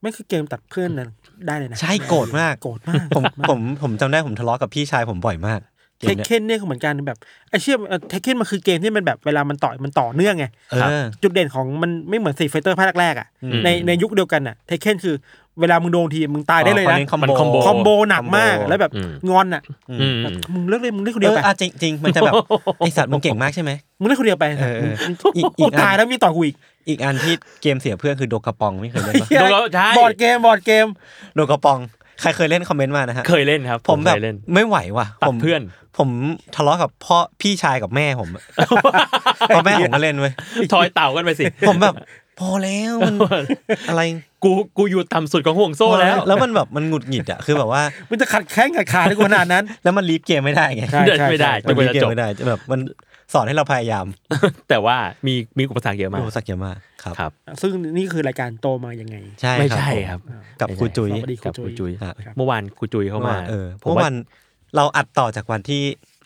Speaker 4: ไม่คือเกมตัดเพื่อนนะได้เลยนะ
Speaker 2: ใช่โกรธมาก
Speaker 4: โกรธมาก
Speaker 2: ผมผมผมจำได้ผมทะเลาะกับพี่ชายผมบ่อยมากเก
Speaker 4: เท
Speaker 2: ม
Speaker 4: ค
Speaker 2: เนี่ย
Speaker 4: เคนเนี่ยก็เหมือนกันแบบไอเชื่อเทคเคนมันคือเกมที่มันแบบเวลามันต่อยมันต่อเนื่องไง
Speaker 2: เออ
Speaker 4: จุดเด่นของมันไม่เหมือนสีไฟเตอร์ภาคแรกๆอ่ะ
Speaker 2: อืม
Speaker 4: ในในยุคเดียวกันอ่ะเทคเคนคือเวลามึงโดนทีมึงตายได้เลยนะ
Speaker 2: คอม
Speaker 3: มัน
Speaker 2: โบ
Speaker 3: คอมโบ
Speaker 4: คอมโบหนักมาก
Speaker 2: คอมโบ
Speaker 4: แล้วแบบ
Speaker 3: อืม
Speaker 4: งอนอ่ะ
Speaker 3: อืม
Speaker 4: แบบมึงเลิกเลยมึงเลิกคน
Speaker 2: เอ
Speaker 4: เดียว
Speaker 2: อ
Speaker 4: ไป
Speaker 2: อ่ะจริงจริงมันจะแบบไอสัตว์มึงเก่งมากใช่ไหม
Speaker 4: มึงเลิกคนเดียวไป
Speaker 2: เอออีกอี
Speaker 4: กู
Speaker 2: กอัน
Speaker 4: ตายแล้วมีต่อกูอีก
Speaker 2: อีกอันที่เกมเสียเพื่อนคือโดกระปองไม่เคยเล่นปะ
Speaker 3: โดนแล้วใช่
Speaker 4: บอร์ดเกมบอร์ดเกม
Speaker 2: โดกระปอง ใครเคยเล่นคอมเมนต์มานะฮะ
Speaker 3: เคยเล่นครับ
Speaker 2: ผมแบบ
Speaker 3: เคยเล่น
Speaker 2: ไม่ไหวว่ะ
Speaker 3: ตัด
Speaker 2: ผม
Speaker 3: เพื่อน
Speaker 2: ผมทะเลาะกับพ่อพี่ชายกับแม่ผมอะเพราะแม่ผมก็เล่นเว้ย
Speaker 3: ทอยเต่ากันไปสิ
Speaker 2: ผมแบบพอแล้วมันอะไร
Speaker 3: กูกูอยู่ต่ำสุดของห่วงโซ่แล้ว
Speaker 2: แล้วมันแบบมันหงุดหงิดอ่ะคือแบบว่า
Speaker 4: มันจะขัดแข้งขัดขาได้ขนาดนั้น
Speaker 2: แล้วมันรีบเกมไม่ได้ไง
Speaker 4: ใช่
Speaker 3: เดินไม่ได้จ
Speaker 2: มัน น
Speaker 3: ก
Speaker 2: รีบ
Speaker 3: ว่าจะ
Speaker 2: เก
Speaker 3: จ
Speaker 2: ม
Speaker 3: บ
Speaker 2: ไม่ได้แบบมันสอนให้เราพยายาม
Speaker 3: แต่ว่ามีมีอุปสรรคเยอะมาก
Speaker 2: โอ้สักเยอะมากครับ
Speaker 3: ครับ
Speaker 4: ซึ่งนี่คือรายการโตมายังไง
Speaker 2: ใช่
Speaker 3: ไม่ใช่ครับ
Speaker 2: ผมกับครูจุย
Speaker 4: สวัสดี
Speaker 3: กับ
Speaker 4: ครู
Speaker 3: ครู
Speaker 4: จุ
Speaker 3: จุ
Speaker 4: ย
Speaker 3: ย
Speaker 2: ครับ
Speaker 3: เมื่อวานครูจุยเข้ามา
Speaker 2: เออ
Speaker 3: ผ
Speaker 2: เมื่อ
Speaker 3: มว่า
Speaker 2: วันเราอัดต่อจากวันที่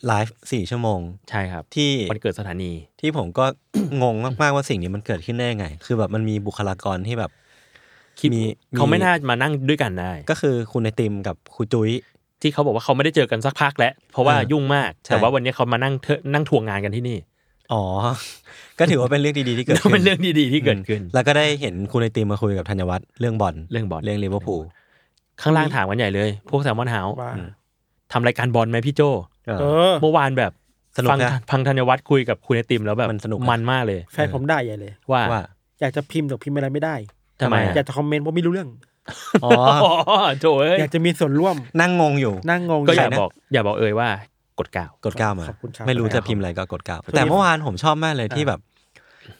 Speaker 2: ไลฟ์สี่ชั่วโมง
Speaker 3: ใช่ครับ
Speaker 2: ที่
Speaker 3: วันเกิดสถานี
Speaker 2: ที่ผมก็ <coughs> งงมากๆว่าสิ่งนี้มันเกิดขึ้นได้ยังไง คือแบบมันมีบุคลากรที่แบบ
Speaker 3: คิด
Speaker 2: มี
Speaker 3: เขาไม่น่ามานั่งด้วยกันได้
Speaker 2: ก็คือคุณไอติมกับครูจุย
Speaker 3: ที่เขาบอกว่าเขาไม่ได้เจอกันสักพักแล้ว เพราะว่า
Speaker 2: เออ
Speaker 3: ยุ่งมาก
Speaker 2: ใช่
Speaker 3: แต่ว่าวันนี้เขามานั่งเทอะนั่งทวงงานกันที่นี่
Speaker 2: อ๋อ <laughs> ก็ถือว่าเป็นเรื่องดีๆ
Speaker 3: <laughs>
Speaker 2: ที่เกิดขึ้น
Speaker 3: เป็นเรื่องดีๆที่เกิดขึ้น
Speaker 2: แล้วก็ได้เห็นคุณไอติมมาคุยกับธัญวัฒน์เรื่องบอล
Speaker 3: เรื่องบอล
Speaker 2: เรื่องลิเวอร์พูล
Speaker 3: ข้างล่างถามกันใหญ่เลย พวกแซมมอนเฮา
Speaker 4: ว่า
Speaker 3: ทำรายการบอลไหมพี่โจ
Speaker 4: เออ
Speaker 3: เมื่อวานแบบ
Speaker 2: สนุก
Speaker 3: ฟัง
Speaker 2: นะ
Speaker 3: ฟังธัญวัฒน์คุยกับคุณไอติมแล้วแบบ
Speaker 2: มันสนุกนะ
Speaker 3: มันมากเลย
Speaker 4: แฟนผมได้ใหญ่เลย
Speaker 3: ว่า
Speaker 2: ว่า
Speaker 4: อยากจะพิมพ์แต่พิมพ์อะไรไม่ได้
Speaker 3: ทำไมอะ
Speaker 4: อยากจะคอมเมนต์เพราะไม่รู้เรื่อง
Speaker 2: อ๋อ <laughs>
Speaker 3: อ๋อโจเอ้ย
Speaker 4: อยากจะมีส่วนร่วม
Speaker 2: นั่งงงอยู่
Speaker 4: นั่งงง
Speaker 3: ก็อย่า
Speaker 2: ใครนะ
Speaker 3: บอกอย่าบอกเอ่ยว่ากดกล่าว
Speaker 2: กดเก้ามา
Speaker 4: ขอบคุณครับ
Speaker 2: ไม่รู้
Speaker 4: ข
Speaker 2: จะ
Speaker 4: อบคุณคบ
Speaker 2: พิมพ์อะไรก็กดเก้า
Speaker 4: ครับ
Speaker 2: แต่เมื่อวานผมชอบมากเลย
Speaker 4: อ่า
Speaker 2: ที่แบบ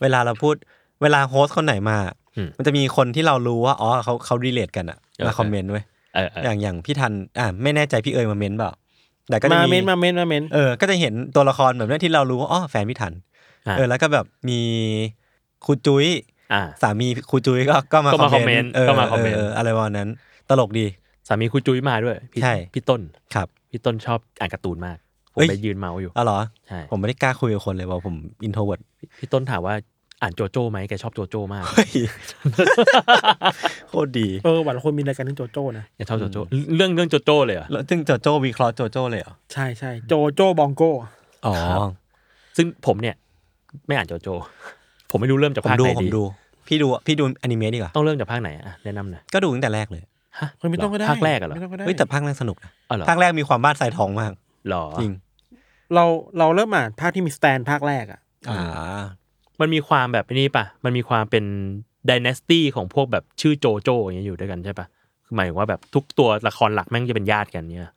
Speaker 2: เวลาเราพูด เวลาโฮสต์คนไหนมา
Speaker 3: อืม
Speaker 2: มันจะมีคนที่เรารู้ว่า อ๋อเขาเขารีเลทกันอะ
Speaker 3: เออ
Speaker 2: มาคอมเมนต์ไว้ย
Speaker 3: เออเออ
Speaker 2: อย่างอย่างพี่ทัน อ่าไม่แน่ใจพี่เอ๋ยมาเมนต์เปล่า แต่ก็จะ
Speaker 4: มา
Speaker 2: มี
Speaker 4: เมนต์มาเมนต์มาเมนต์
Speaker 2: เออ ก็จะเห็นตัวละครแบบเนี้ยที่เรารู้ว่า อ๋อแฟนพี่ทัน
Speaker 3: อ่ะ
Speaker 2: เออ แล้วก็แบบมีครูจุ้ย
Speaker 3: อ่ะ
Speaker 2: สามีครูจุ้ยก็ก็มา
Speaker 3: ก็มา
Speaker 2: ค
Speaker 3: ค
Speaker 2: อ
Speaker 3: อ
Speaker 2: ม
Speaker 3: ม
Speaker 2: เม
Speaker 3: เม
Speaker 2: น
Speaker 3: นต์
Speaker 2: ต์เออ
Speaker 3: ก็มาคอมเมนต์
Speaker 2: เอออะไรประมาณนั้น ตลกดี
Speaker 3: สามีครูจุ้ยมาด้วยพี่
Speaker 2: ใช่
Speaker 3: พี่ต้น
Speaker 2: ครับ
Speaker 3: พี่ต้นชอบอ่านการ์ตูนมาก ผม
Speaker 2: เอ้ย
Speaker 3: ไปยืนเมาส์อยู่
Speaker 2: อ๋อเหรอ
Speaker 3: ใช่
Speaker 2: ผมไม่ได้กล้าคุยกับคนเลยว่าผมอินโทรเวิร์ด
Speaker 3: พี่ต้นถามว่า อ่านโจโจ้ไหมแกชอบโจโจ้มาก
Speaker 2: เฮ้ยโคตรดี
Speaker 4: เออหวังคนมีรายการเรื่องโจโจ้นะ
Speaker 3: อย่าชอบโจโจ้เรื่องเรื่องโจโจ้เลยเหรอ
Speaker 2: แล้วจึงโจโจ้วิเคราะห์โจโจ้เลยเหรอ
Speaker 4: ใช่ใช่โจโจ้บองโก้
Speaker 2: อ๋อ
Speaker 3: ซึ่งผมเนี่ย ไม่อ่านโจโจ้ ผมไม่รู้เริ่มจาก
Speaker 2: ผม
Speaker 3: ภาค
Speaker 2: ดู
Speaker 3: ไหน
Speaker 2: ผม
Speaker 3: ดี
Speaker 2: ดู พี่ดูพี่ดูอนิเมะดีกว่า
Speaker 3: ต้องเริ่มจากภาคไหนอะแนะนำหน่อย
Speaker 2: ก็ดูตั้งแต่แรกเลย
Speaker 3: ฮะ
Speaker 4: คนไม่ต้องก็ได้
Speaker 3: ภาคแรกอะเหรอ
Speaker 4: ไม่ต้องก็ได้
Speaker 2: เฮ้ยแต่ภาคแรกสนุกนะ
Speaker 3: อ๋อเหรอ
Speaker 2: ภาคแรกมีความบ้านทรายทองมาก
Speaker 3: เหรอ
Speaker 2: จริง
Speaker 4: เราเราเริ่มอ่านภาคที่มีสแตนภาคแรกอ่ะ
Speaker 2: อ่า
Speaker 3: มันมีความแบบนี้ป่ะ มันมีความเป็นดิน a สตี้ของพวกแบบชื่อโจโจ้อย่างเงี้ยอยู่ด้วยกันใช่ป่ะคือหมายถึงว่าแบบทุกตัวละครหลักแม่งจะเป็นญาติกันเนี่ย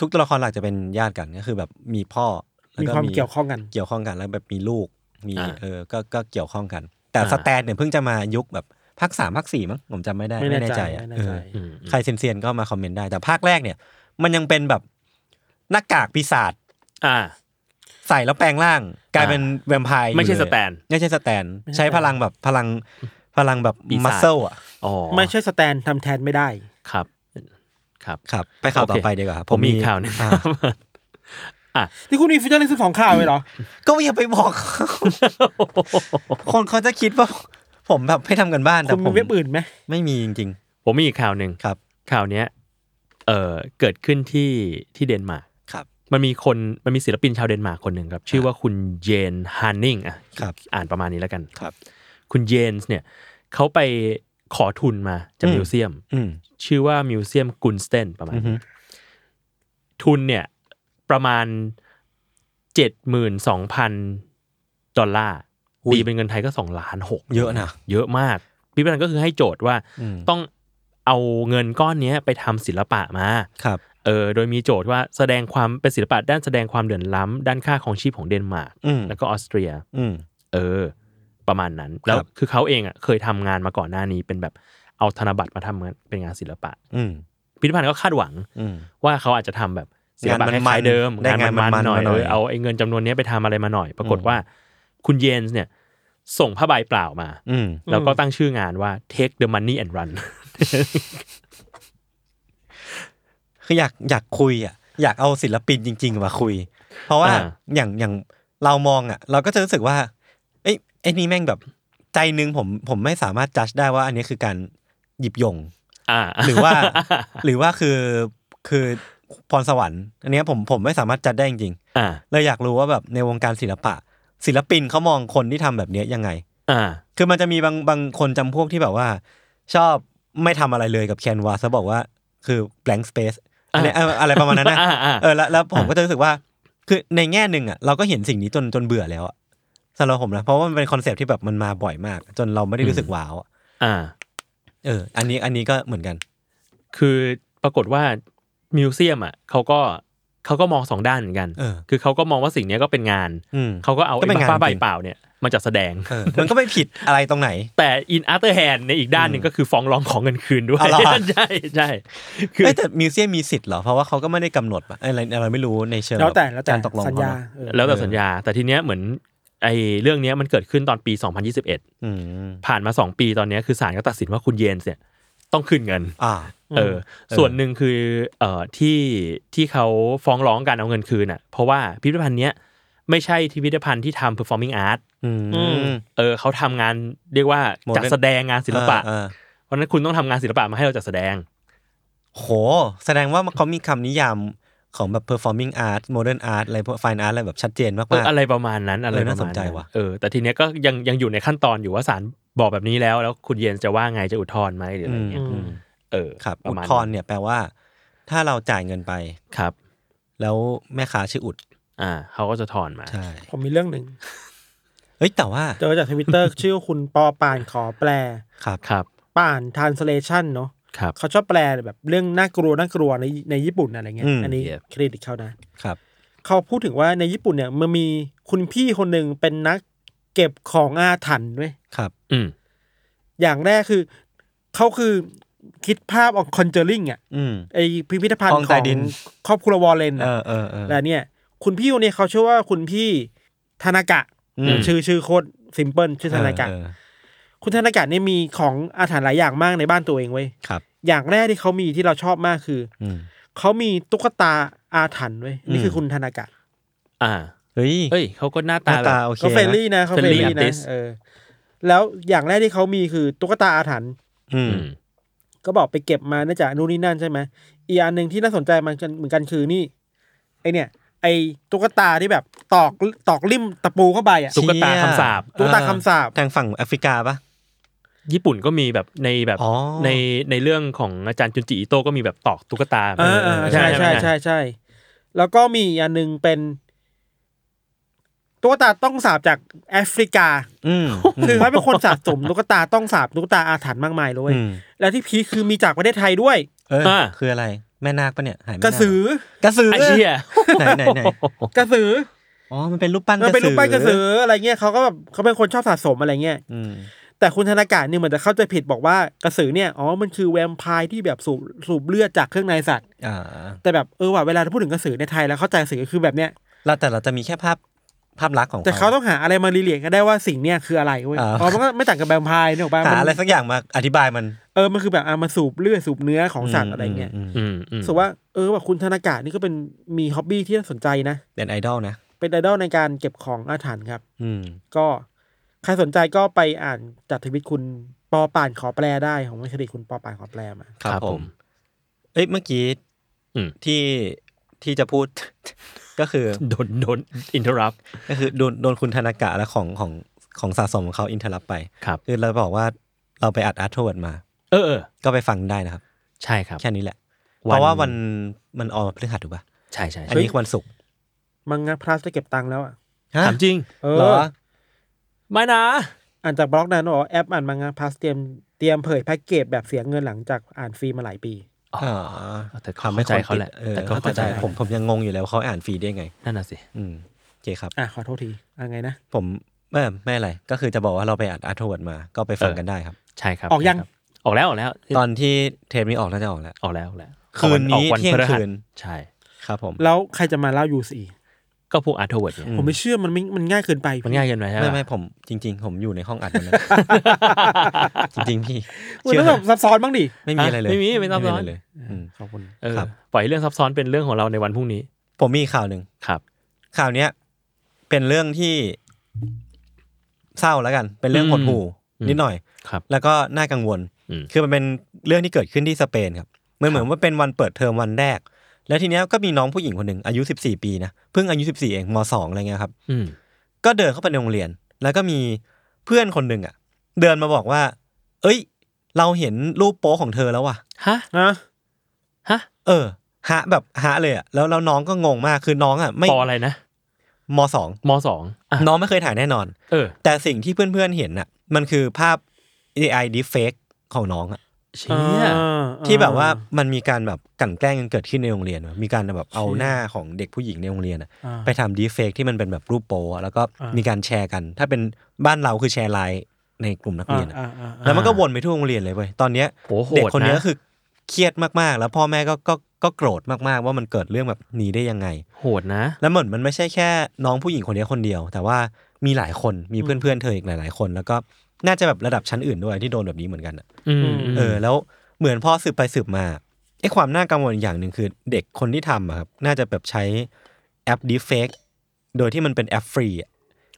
Speaker 2: ทุกตัวละครหลักจะเป็นญาติกันก็คือแบบมีพ่อแล้
Speaker 4: มี
Speaker 2: ก็
Speaker 4: ความเกี่ยวข้องกัน
Speaker 2: เกี่ยวข้องกันแล้วแบบมีลูกมี
Speaker 3: อ่า
Speaker 2: เออก็ก็เกี่ยวข้องกัน แต่
Speaker 3: อ่า
Speaker 2: สแตนเนี่ยเพิ่งจะมายุคแบบภาคสามภาคสี่มั้งผมจำไม่ได้
Speaker 4: ไม่แน่ใจ
Speaker 2: อะ
Speaker 4: ไม่แน่
Speaker 2: เอ
Speaker 4: ใจ
Speaker 2: อ
Speaker 3: อืม
Speaker 2: ใครเซียนๆก็มาคอมเมนต์ได้แต่ภาคแรกเนี่ย มันยังเป็นแบบหน้ากากปีศาจ
Speaker 3: อ่า
Speaker 2: ใส่แล้วแปลงร่าง กลายเป็นแวมไพร์อยู่
Speaker 3: ไม่ใช่
Speaker 2: เลย
Speaker 3: สแตน
Speaker 2: ไม่ใช่สแตน ใช้พลังแบบพลังพลังแบบ
Speaker 3: ปีศาจ
Speaker 2: มัสเซลอ่ะ
Speaker 3: อ๋อ
Speaker 4: ไม่ใช่สแตนทำแทนไม่ได้
Speaker 3: ครับ ครับ
Speaker 2: ครับ ไปข่าว
Speaker 3: โอเค
Speaker 2: ต่อไปดีกว่าครับ
Speaker 3: ผมมีอีกข่าวหนึ่ง
Speaker 2: อ่
Speaker 4: ที่คุณมีฟิชเจอร์ลิสต์สองข่าวเลยเหรอ
Speaker 2: ก็อย่าไปบอกเขาคนเขาจะคิดว่าผมแบบไม่ทำกันบ้านแต่
Speaker 4: คุณ
Speaker 2: ผ
Speaker 4: มี
Speaker 2: ม
Speaker 4: เว็บอื่นไหม
Speaker 2: ไม่มีจริง
Speaker 3: ผมมีอีกข่าวหนึ่ง
Speaker 2: ๆ ครับ
Speaker 3: ข่าวเนี้ยเอ่อเกิดขึ้นที่ที่เดนมาร์ก
Speaker 2: ครับ
Speaker 3: มันมีคนมันมีศิลปินชาวเดนมาร์กคนหนึ่งครับ ชื่อว่าคุณเจนฮันนิงอ่ะ
Speaker 2: ครับ
Speaker 3: อ่านประมาณนี้แล้วกัน
Speaker 2: ครับ
Speaker 3: คุณเจนส์เนี่ยเขาไปขอทุนมาจาก
Speaker 2: อืม
Speaker 3: มิวเซียม
Speaker 2: อืม
Speaker 3: ชื่อว่ามิวเซียมกุนสเตนประมาณนี้ทุนเนี่ยประมาณเจ็ดหมื่นสองพันดอลลาร์
Speaker 2: อุ้ย
Speaker 3: ตีเป็นเงินไทยก็สองล้านหก
Speaker 2: เยอะนะ
Speaker 3: เยอะมากพี่ปนันก็คือให้โจทย์ว่า
Speaker 2: อืม
Speaker 3: ต้องเอาเงินก้อนเนี้ยไปทำศิลปะมา
Speaker 2: ครับ
Speaker 3: เออโดยมีโจทย์ว่าแสดงความเป็นศิลปะด้านแสดงความเหลื่อมล้ำด้านค่าของชีพของเดนมาร์ก
Speaker 2: อืม
Speaker 3: แล้วก็ออสเตรีย
Speaker 2: อืม
Speaker 3: เออ ประมาณนั้น แล้วคือเขาเองอ่ะเคยทำงานมาก่อนหน้านี้เป็นแบบเอาธนบัตรมาทำเป็นงานศิลปะ
Speaker 2: อืม
Speaker 3: พิพิธภัณฑ์ก็คาดหวัง
Speaker 2: อืม
Speaker 3: ว่าเขาอาจจะทำแบบศิลปะ
Speaker 2: งาน
Speaker 3: ค
Speaker 2: มันๆ
Speaker 3: ล้ายๆเดิม
Speaker 2: ได้งานมันๆ
Speaker 3: หน่อย
Speaker 2: มาหน่
Speaker 3: เอ
Speaker 2: อย
Speaker 3: อเอาไอ้เงินจำนวนเนี้ยไปทำอะไรมาหน่อย ปรากฏว่า คุณเยนส์เนี่ย ส่งผ้าใบเปล่ามา
Speaker 2: อืม
Speaker 3: แล้วก็ตั้งชื่องานว่า take the money and run
Speaker 2: คืออยากอยากคุยอ่ะ อยากเอาศิลปินจริง ๆ มาคุย เพราะว่า
Speaker 3: อ่า
Speaker 2: อย่างอย่างเรามองอ่ะ เราก็จะรู้สึกว่า เอ้ยไอ้นี่แม่งแบบใจหนึงผมผมไม่สามารถจัดได้ว่า อันนี้คือการหยิบยง
Speaker 3: อ่า
Speaker 2: หรือว่า <laughs> หรือว่าคือคือพรสวรรค์ อันเนี้ยผมผมไม่สามารถจัดได้จริง
Speaker 3: อ่า
Speaker 2: ๆเลยอยากรู้ว่าแบบในวงการศิลปะ ศิลปินเขามองคนที่ทำแบบเนี้ยยังไง
Speaker 3: อ่า
Speaker 2: คือมันจะมีบางบางคนจำพวกที่แบบว่า ชอบไม่ทำอะไรเลยกับแคนวาซะบอกว่าคือ blank space อันเนี้ยเอออะไรประมาณนั้นนะ
Speaker 3: อ่าอ่า
Speaker 2: เออแล้วแล้วผมก็จะรู้สึกว่า คือในแง่หนึ่งอ่ะเราก็เห็นสิ่งนี้จนจนเบื่อแล้วอะสำหรับผมนะเพราะว่ามันเป็นคอนเซปต์ที่แบบมันมาบ่อยมาก จนเราไม่ได้รู้สึกว้าวอะ
Speaker 3: อ่า
Speaker 2: เอออันนี้อันนี้ก็เหมือนกัน
Speaker 3: คือปรากฏว่ามิวเซียมอ่ะเขาก็เขาก็มองสองด้านเหมือนกัน
Speaker 2: เออ
Speaker 3: คือเขาก็มองว่าสิ่งเนี้ยก็เป็นงาน
Speaker 2: อืม
Speaker 3: เขาก็เอา
Speaker 2: ก็เป็น
Speaker 3: ไอ้
Speaker 2: งาน
Speaker 3: ป้าใบ
Speaker 2: จริง
Speaker 3: เปล่าเนี่ยมาจัดแสดง
Speaker 2: เออมันก็ไม่ผิดอะไรตรงไหน
Speaker 3: แต่อินอั t เตอร์แฮนในอีกด้านหนึ่งก็คือฟ้องร้องของเงินคืนด้วย
Speaker 2: อ๋อเหรอ
Speaker 3: ใช่ใช่คือ
Speaker 2: เอ้ยแต่มิวเซียมมีสิทธิ์เหรอเพราะว่าเขาก็ไม่ได้กำหนดปะอะไรอะไรไม่รู้ในเชิง
Speaker 4: แล้วแต่แล้วแต่
Speaker 2: การตกลง
Speaker 4: สัญ
Speaker 2: เขา
Speaker 4: ญา
Speaker 2: เนอะ
Speaker 4: เออ
Speaker 3: แล้วแต่สัญญา แต่ทีเนี้ยเหมือนไอ้เรื่องเนี้ยมันเกิดขึ้นตอนปี 2021
Speaker 2: อืม
Speaker 3: ผ่านมา 2 ปีตอนเนี้ยคือศาลก็ตัดสินว่าคุณเยนเนี่ยต้องคืนเงิน
Speaker 2: อ่า
Speaker 3: เออส่วนหนึ่งคือเอ่อที่ที่เขาฟ้องร้องการเอาเงินคืนอ่ะ เพราะว่าพิพิธภัณฑ์เนี้ยไม่ใช่พิพิธภัณฑ์ที่ทำ performing art
Speaker 2: อืม
Speaker 3: เออเขาทำงานเรียกว่า
Speaker 2: Modern
Speaker 3: จัดแสดงงานศิลปะ
Speaker 2: เออเออ
Speaker 3: เพราะฉะนั้นคุณต้องทำงานศิลปะมาให้เราจัดแสดง
Speaker 2: โห แสดงว่าเขามีคำนิยามของแบบ performing art modern art อะไรพวก fine art อะไรแบบชัดเจนมาก
Speaker 3: เออ
Speaker 2: ๆ
Speaker 3: อะไรประมาณนั้นอะไร
Speaker 2: เอ
Speaker 3: ป
Speaker 2: อ
Speaker 3: ระมา
Speaker 2: น่า
Speaker 3: ณ
Speaker 2: สนใจว่ะ
Speaker 3: เออแต่ทีเนี้ยก็ยังยังอยู่ในขั้นตอนอยู่ว่าศาลบอกแบบนี้แล้วแล้วคุณเยนจะว่าไงจะอุทธรณ์ไหมหรืออะไรเงี้ย
Speaker 4: อืม
Speaker 3: เออ
Speaker 2: ครับ
Speaker 3: ป
Speaker 2: อุด
Speaker 3: ระมาณ
Speaker 2: ทอนเนี่ยแปลว่า ถ้าเราจ่ายเงินไป
Speaker 3: ครับ
Speaker 2: แล้วแม่ค้าชื่ออุด
Speaker 3: อ่าเขาก็จะถอนมา
Speaker 2: ใช่
Speaker 4: ผมมีเรื่องหนึ่ง
Speaker 2: เอ้ยแต่ว่า
Speaker 4: เจอจากทวิตเตอร์ ชื่อคุณปอป่านขอแปล
Speaker 2: ครับ
Speaker 3: ครับ
Speaker 4: ป่านทานสเลชันเนาะ
Speaker 3: ครับ
Speaker 4: เขาชอบแปลแบบเรื่องน่ากลัวน่ากลัวในในญี่ปุ่นอะไรเงี้
Speaker 2: อื
Speaker 4: ย
Speaker 2: ม
Speaker 4: อันนี้
Speaker 3: Yep
Speaker 4: เครดิตเขานะ
Speaker 2: ครับ
Speaker 4: เขาพูดถึงว่าในญี่ปุ่นเนี่ยมันมีคุณพี่คนหนึ่งเป็นนักเก็บของอาถรรพ์ด้วย
Speaker 2: ครับ
Speaker 3: อืม
Speaker 4: อย่างแรกคือเขาคือคิดภาพออกคอนเจอริงอ่ะ
Speaker 2: อืม
Speaker 4: ไอพิพิธภัณ
Speaker 2: ห้อ
Speaker 4: ฑ์
Speaker 2: ง
Speaker 4: ข
Speaker 2: ใต้
Speaker 4: อง
Speaker 2: ดิน
Speaker 4: ครอบครัววอลเลน
Speaker 2: เอ
Speaker 4: น่ะ
Speaker 2: อเออเออ
Speaker 4: แล้วเนี่ย คุณพี่คนเนี้เขาเชื่อว่าคุณพี่ธนากะ
Speaker 2: อืม
Speaker 4: ชื่อชื่อโคตรซิมเพิลชื่อธนากะ
Speaker 2: เออ
Speaker 4: คุณธนากะเนี่ยมีของอาถรรพ์หลายอย่างมากในบ้านตัวเองเว้ย
Speaker 2: ครับ
Speaker 4: อย่างแรกที่เขามีที่เราชอบมากคือ
Speaker 2: อืม
Speaker 4: เขามีตุ๊กตาอาถรรพ์เว้ยนี่คืออ
Speaker 2: ม
Speaker 4: คุณธนากะ
Speaker 3: อ่า
Speaker 2: เฮ้ย
Speaker 3: เฮ้ยเขาก็หน้า
Speaker 2: ห
Speaker 3: ตา
Speaker 2: น้า
Speaker 3: แบบ
Speaker 2: ตาโอเค
Speaker 4: เขาเฟรนลี่นะเขาเฟรน
Speaker 3: friendly
Speaker 4: ลี่นะ
Speaker 3: artist
Speaker 4: เออ แล้วอย่างแรกที่เขามีคือตุ๊กตาอาถรรพ์
Speaker 2: อืม
Speaker 4: ก็บอกไปเก็บมาน่าจะนู่นนี่นั่นใช่ไหมอีกอันหนึ่งที่น่าสนใจมันเหมือนกันคือนี่ไอเนี่ย ไอตุ๊กตาที่แบบตอกตอกลิ่มตะปูเข้าไปอ่ะ
Speaker 3: ตุ๊กตา
Speaker 2: เชี่ย
Speaker 3: คำสาป
Speaker 4: ตุ๊กตาคำสาป
Speaker 2: ทางฝั่งแอฟริกาปะ
Speaker 3: ญี่ปุ่นก็มีแบบในแบบ
Speaker 2: อ๋อ
Speaker 3: ในในเรื่องของอาจารย์จุนจิอิโต้ก็มีแบบตอกตุ๊กตา
Speaker 4: เออเออใช่ใช่ใช่ใช่แล้วก็มีอีกอันหนึ่งเป็นตุ๊กตาต้องสาบจากแอฟริกา
Speaker 2: อืม
Speaker 4: คือไม่เป็นคนสะสมตุ๊กตาต้องสาบตุ๊กตาอาถรรพ์มากมายเลยเว้ย
Speaker 2: อืม
Speaker 4: แล้วที่พีคคือมีจากประเทศไทยด้วย
Speaker 2: เอออา คืออะไร แม่นาคปะเนี่ยหายแม่นาค
Speaker 4: กระสือ
Speaker 2: กระสือ
Speaker 3: ไอ้เชี่ย
Speaker 2: ไหนไหนไหน
Speaker 4: กระสือ
Speaker 2: อ๋อมันเป็นรูปปั้น
Speaker 4: มันเป็นรูปปั้นกระสืออะไรเงี้ยเขาก็แบบเขาเป็นคนชอบสะสมอะไรเงี้ย
Speaker 2: ม
Speaker 4: แต่คุณธนากาเนี่ยเหมือนจะเข้าใจผิดบอกว่ากระสือเนี่ยอ๋อมันคือแวมไพร์ที่แบบสูบสูบเลือดจากเครื่องในสัตว์
Speaker 2: อ่า
Speaker 4: แต่แบบเออว่ะเวลาพูดถึงกระสือในไทยแล้วเข้าใจกระสือคือแบบเนี้ย
Speaker 2: เราแต่เราจะมีแค่ภาพภาพลักษณ์ของ
Speaker 4: แต่เขาต้องหาอะไรมารีเลียกันได้ว่าสิ่งเนี้ยคืออะไรเว้ย
Speaker 2: อ่า
Speaker 4: อ๋อมันก็ไม่ต่างกับแวมไพร์เนี่ยหรอกปะ
Speaker 2: หา
Speaker 4: มัน
Speaker 2: อะไรสักอย่างมาอธิบายมัน
Speaker 4: เออมันคือแบบอ่ะมาสูบเลือดสูบเนื้อของสัตว์อะไรเงี้ย
Speaker 3: อืมอืม
Speaker 4: รู้สึกว่าเออแบบคุณธนากาศนี่ก็เป็นมีฮ็อบบี้ที่น่าสนใจนะ
Speaker 2: เด่นไอดอลนะ
Speaker 4: เป็นไอดอลในการเก็บของอาถรรพ์ครับ
Speaker 2: อืม
Speaker 4: ก็ใครสนใจก็ไปอ่านจากทวิตคุณปอป่านขอแปลได้ของมัชรีคุณปอป่านขอแปลมา
Speaker 2: ครับผม เอ้ยเมื่อกี้
Speaker 3: อืม
Speaker 2: ที่ที่จะพูด <laughs> ก็คือ
Speaker 3: โดนโดนอินเทอร์รัป
Speaker 2: ก็คือโดนโดนคุณธนากะและของของของสะสมของเขาอินเทอร์รับไป
Speaker 3: ครับ
Speaker 2: คือเราบอกว่าเราไปอัดอาร์ทเวิร์ดมา
Speaker 3: เออเออ
Speaker 2: ก็ไปฟังได้นะครับ
Speaker 3: ใช่ครับ
Speaker 2: แค่นี้แหละ
Speaker 3: วัน
Speaker 2: เพราะว่าวันมันออนพฤหัสถูกป่ะ
Speaker 3: ใช่ใช่
Speaker 2: อัน
Speaker 3: ใช่
Speaker 2: นี้วันศุกร์
Speaker 4: มังงะพลัสจะเก็บตังค์แล้วอ่ะ
Speaker 3: ถามจริง
Speaker 4: เอ
Speaker 2: เหรอ
Speaker 4: อ
Speaker 3: ไม่นะ
Speaker 4: อ่านจากบล็อกนั้นบอกว่าแอปอ่านมังงะพลัสเตรียมเตรียมเผยแพ็กเกจแบบเสียเงินหลังจากอ่านฟรีมาหลายปี
Speaker 3: อ๋อ
Speaker 2: อ๋อ
Speaker 3: แต่เขาเข้าใจเขาแหละ
Speaker 2: เออ
Speaker 3: แต่เขาเข้าใจ
Speaker 2: ผมผมยังงงอยู่แล้วาเขาอ่านฟรีได้ไง
Speaker 3: นั่นน่ะสิ
Speaker 2: อืมโอเคครับ
Speaker 4: อ่ะขอโทษทีอ่ะไงนะ
Speaker 2: ผมไม่ไม่อะไร ก็คือจะบอกว่าเราไปอัดอาร์ทเวิร์ดมา ก็ไปฟังกันได้ครับ
Speaker 3: ใช่ครับ
Speaker 4: ออกยัง
Speaker 3: ครับออกแล้วออกแล้ว
Speaker 2: ตอนที่เทปนี้ออกน่าจะออกแล้ว
Speaker 3: ออกแล้วออกแล้ว
Speaker 2: คืนนี้
Speaker 3: ออกวั
Speaker 2: เที่ยง
Speaker 3: พฤหัส
Speaker 2: คืน
Speaker 3: ใช่
Speaker 2: ครับผม
Speaker 4: แล้วใครจะมาเล่ายูซี
Speaker 3: ก็พวกอาร์ทเวิร์ดเนี่ย
Speaker 2: อื
Speaker 4: ผมไม่เชื่อมันไม่มันง่ายเกินไป
Speaker 2: <laughs>
Speaker 3: มันง่ายเกินไปใช่ไหม
Speaker 2: ไม่ไม่ผมจริง ๆ ผมอยู่ในห้องอัดมันนะ
Speaker 3: <laughs>
Speaker 2: จริง ๆ พี่
Speaker 4: มัน
Speaker 2: เชื่อ
Speaker 4: ต้อง
Speaker 2: ไหม
Speaker 4: แบบซับซ้อนบ้างดิ
Speaker 2: ไม่มีอะไรเลย
Speaker 3: ไม่มีไม่ซับซ้อน
Speaker 2: มีะรเลยอืม
Speaker 4: ขอบคุณ
Speaker 3: เออ
Speaker 2: ครับ
Speaker 3: ปล่อยให้เรื่องซับซ้อนเป็นเรื่องของเราในวันพรุ่งนี้
Speaker 2: ผมมีข่าวหนึ่ง
Speaker 3: ครับ
Speaker 2: ข่าวเนี้ยเป็นเรื่องที่เศร้าแล้วกัน เป็นเรื่อง
Speaker 3: อืม
Speaker 2: หดหู่
Speaker 3: อืม
Speaker 2: นิดหน่อย
Speaker 3: ครับ
Speaker 2: แล้วก็น่ากังวล
Speaker 3: อืม
Speaker 2: คือมันเป็นเรื่องที่เกิดขึ้นที่สเปนครับมันเหมือนว่าเป็นวันเปิดเทอมวันแรก แล้วทีเนี้ยก็มีน้องผู้หญิงคนหนึ่งอายุ 14 ปีนะเพิ่งอายุ 14 เองมสองอะไรเงี้ยครับ
Speaker 3: อืม
Speaker 2: ก็เดินเข้าไปในโรงเรียน แล้วก็มีเพื่อนคนหนึ่งอ่ะ เดินมาบอกว่า เอ้ย เราเห็นรูปโป๊ของเธอแล้วว่ะ
Speaker 3: ฮะ
Speaker 4: นะ
Speaker 3: ฮะ
Speaker 2: เออ ฮะแบบฮะเลยอ่ะ แล้วแล้วน้องก็งงมาก คือน้องอ่ะไม่
Speaker 3: ปออะไรนะ
Speaker 2: มสอง
Speaker 3: มสองอ่ะ
Speaker 2: น้องไม่เคยถ่ายแน่นอน
Speaker 3: เออ
Speaker 2: แต่สิ่งที่เพื่อนๆเห็นอ่ะ มันคือภาพ AI deepfake ของน้องอ่ะ
Speaker 3: เชี่ย
Speaker 4: อ่า
Speaker 2: ที่แบบว่ามันมีการแบบกลั่นแกล้งกันเกิดขึ้นในโรงเรียนว่ะมีการแบบเอาหน้าของเด็กผู้หญิงในโรงเรียนอะ
Speaker 4: อ่า
Speaker 2: ไปทำดีเฟกที่มันเป็นแบบรูปโปอะแล้วก็
Speaker 4: อ่ามี
Speaker 2: มีการแชร์กัน ถ้าเป็นบ้านเราคือแชร์ไลน์ในกลุ่มนักเรียนอะ
Speaker 4: อ่าอ่าอ่า
Speaker 2: แล้วมันก็วนไปทั่วโรงเรียนเลยเว้ยตอนเนี้ย
Speaker 3: โหโหด
Speaker 2: เด็กคนเนี้ย
Speaker 3: ะ
Speaker 2: คือเครียดมากๆ แล้วพ่อแม่ก็ก็ก็โกรธมากๆ ว่ามันเกิดเรื่องแบบนี้ได้ยังไง
Speaker 3: โหดนะ
Speaker 2: แล้วเหมือนมันไม่ใช่แค่น้องผู้หญิงคนเนี้ยคนเดียว แต่ว่ามีหลายคนมีเพื่อนๆเธออีกหลาย ๆ คน แล้วก็น่าจะแบบระดับชั้นอื่นด้วยที่โดนแบบนี้เหมือนกันอะ
Speaker 3: อืม
Speaker 2: เออแล้วเหมือนพอสืบไปสืบมาไอ้ความน่ากังวลอย่างหนึ่งคือเด็กคนที่ทำอะครับน่าจะแบบใช้แอปดีเฟกโดยที่มันเป็นแอปฟรีอะ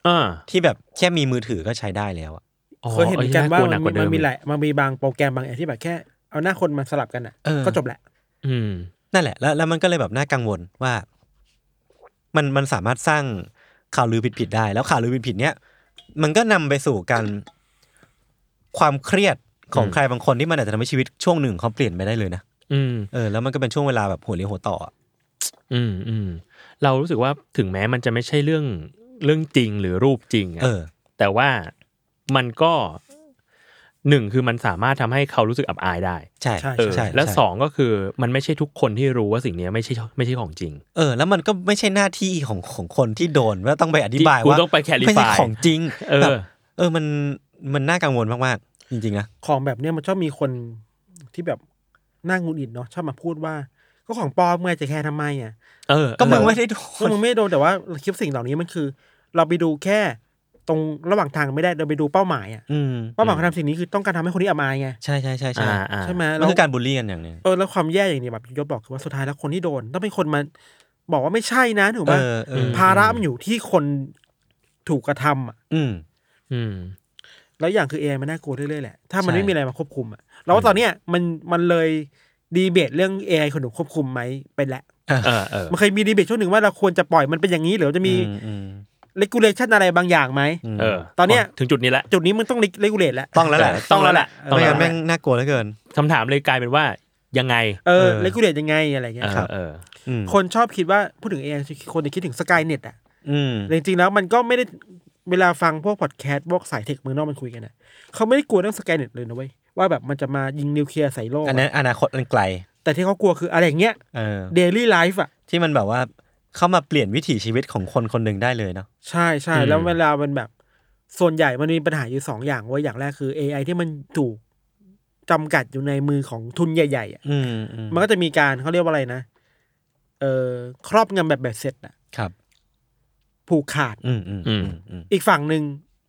Speaker 3: อ่า
Speaker 2: ที่แบบแค่มีมือถือก็ใช้ได้แล้วอะ
Speaker 3: อ๋อ
Speaker 4: เคยเห็นเหมือนกันว่า
Speaker 3: ลั
Speaker 4: มัน
Speaker 3: ก
Speaker 4: มี
Speaker 3: เดิ
Speaker 4: มันมี
Speaker 3: อีก
Speaker 4: หลายมันมีบางโปรแกรมบางแอปที่แบบแค่เอาหน้าคนมาสลับกันอ่ะ
Speaker 2: เออ
Speaker 4: ก็จบแหละ
Speaker 3: อืม
Speaker 2: นั่นแหละแล้วแล้วมันก็เลยแบบน่ากังวลว่า มันมันสามารถสร้างข่าวลือผิดๆได้ แล้วข่าวลือผิดๆเนี้ยมันก็นำไปสู่การความเครียดของ
Speaker 3: อืม
Speaker 2: ใครบางคนที่มันอาจจะทำให้ชีวิตช่วงหนึ่งของเขาเปลี่ยนไปได้เลยนะ
Speaker 3: อืม
Speaker 2: เออแล้วมันก็เป็นช่วงเวลาแบบหัวเรียวหัวต่ออะ
Speaker 3: อืมอืมเรารู้สึกว่าถึงแม้มันจะไม่ใช่เรื่องเรื่องจริงหรือรูปจริงอะ
Speaker 2: เออ
Speaker 3: แต่ว่ามันก็หนึ่งคือมันสามารถทำให้เขารู้สึกอับอายได้
Speaker 2: ใช่
Speaker 4: ใช่
Speaker 3: เออ
Speaker 2: ใช่
Speaker 3: และ
Speaker 2: ใช่
Speaker 3: สองก็คือมันไม่ใช่ทุกคนที่รู้ว่าสิ่งเนี้ยไม่ใช่ไม่ใช่ของจริง
Speaker 2: เออแล้วมันก็ไม่ใช่หน้าที่ของของคนที่โดนว่าต้องไปอธิบาย
Speaker 3: กู
Speaker 2: ว่า
Speaker 3: ต้องไป clarify
Speaker 2: ม่ใช่ของจริง
Speaker 3: เออ
Speaker 2: แบบเออมันมันน่ากังวลมากๆจริงๆนะ
Speaker 4: ของแบบเนี้ยมันชอบมีคนที่แบบน่าหงุดหงิดเนาะชอบมาพูดว่า ก็ของปลอมเมื่อจะแคร์ทำไมอ่ะ
Speaker 3: เออ
Speaker 2: ก็มึง
Speaker 3: เออ
Speaker 2: ไม่ได้โด
Speaker 4: ก็
Speaker 2: น
Speaker 4: มึงไม่โดนแต่ว่าคลิปสิ่งเหล่านี้มันคือ เราไปดูแค่ตรงระหว่างทางไม่ได้เราไปดูเป้าหมายอ่ะ
Speaker 2: อืม
Speaker 4: เป้าหมายของทำสิ่งนี้คือต้องการทำให้คนนี้อับอายไง
Speaker 2: ใช่ใช่ใช่ใช่
Speaker 3: อ่าอ่า
Speaker 4: ใช่ไหม
Speaker 2: มั
Speaker 4: แล้
Speaker 2: น
Speaker 4: ว
Speaker 2: คือการบูลลี่กันอย่างหนึ่ง
Speaker 4: เออแล้วความแย่อย่างเนี้ยแบบยศบอกคือว่าสุดท้ายแล้วคนที่โดน ต้องเป็นคนมาบอกว่าไม่ใช่นะถูกไห
Speaker 2: เอ
Speaker 4: ม
Speaker 2: อเออ
Speaker 4: ภาระมันอยู่ที่คนถูกกระทำอ่ะ
Speaker 2: อืม
Speaker 3: อืม
Speaker 4: แล้วอย่างคือเอมันน่ากลัวเรื่อยๆแหละถ้ามัน
Speaker 2: ใช่
Speaker 4: ไม่มีอะไรมาควบคุมอะเราว่าตอนเนี้ยมันมันเลยดีเบตเรื่องเอคนถูกควบคุมไหมไปแล้ว
Speaker 3: เออเออ
Speaker 4: มันเคยมีดีเบตช่วงหนึ่งว่าเราควรจะปล่อยมันเป็นอย่างนี้หรือจะมี
Speaker 2: อือืม
Speaker 4: เลกูเลชันอะไรบางอย่างไหม
Speaker 2: อืม
Speaker 3: เออ
Speaker 4: ตอนเนี้ย
Speaker 3: ถึงจุดนี้แล้ว
Speaker 4: จุดนี้มันต้องเลกูเลตแล้ว
Speaker 2: ต้องแล้วแหละ
Speaker 3: ต้องแล้วแหละ
Speaker 4: ต้อง
Speaker 2: ไม่
Speaker 4: แล้
Speaker 2: งั้
Speaker 4: วน หละ
Speaker 2: แม่งน่ากลัวเหลือเกิน
Speaker 3: คำถามเลยกลายเป็นว่ายังไง
Speaker 4: เออ
Speaker 2: เออ
Speaker 4: เลกูเลตยังไงอะไรเงี้
Speaker 3: เอย อ
Speaker 4: ครับ
Speaker 3: เออ
Speaker 2: อืม
Speaker 4: คนชอบคิดว่าพูดถึงเอคนจะคิดถึงสกายเน็ตอะ
Speaker 2: อืม
Speaker 4: แต่จริงๆแล้วมันก็ไม่ได้เวลาฟังพวกพอดแคสต์พวกสายเทคเมืองนอกมันคุยกันนะเขาไม่ได้กลัวเรื่องสแกนเน็ตเลยนะเว้ยว่าแบบมันจะมายิงนิวเคลียร์ใส่โลก
Speaker 2: อันนั้นอนาคตอันไกล
Speaker 4: แต่ที่เขากลัวคืออะไรอย่างเงี้ย
Speaker 2: เออ
Speaker 4: เดลี่ไลฟ์อ่ะ
Speaker 2: ที่มันแบบว่าเข้ามาเปลี่ยนวิถีชีวิตของคนคนหนึ่งได้เลยเนาะ
Speaker 4: ใช่ใช่
Speaker 3: อืม
Speaker 4: แล้วเวลามันแบบ ส่วนใหญ่มันมีปัญหาอยู่สองอย่างเว่าอย่างแรกคือ AI ที่มันถูกจำกัดอยู่ในมือของทุนใหญ่ๆอะ
Speaker 2: อืม
Speaker 4: มันก็จะมีการเขาเรียกว่าอะไรนะเอ่อครอบงำแบบแบบเสร็จอ่ะ
Speaker 2: ครับ
Speaker 4: ผูกขาด
Speaker 2: อืมอืมอืมอืม
Speaker 4: อีกฝั่งหนึ่ง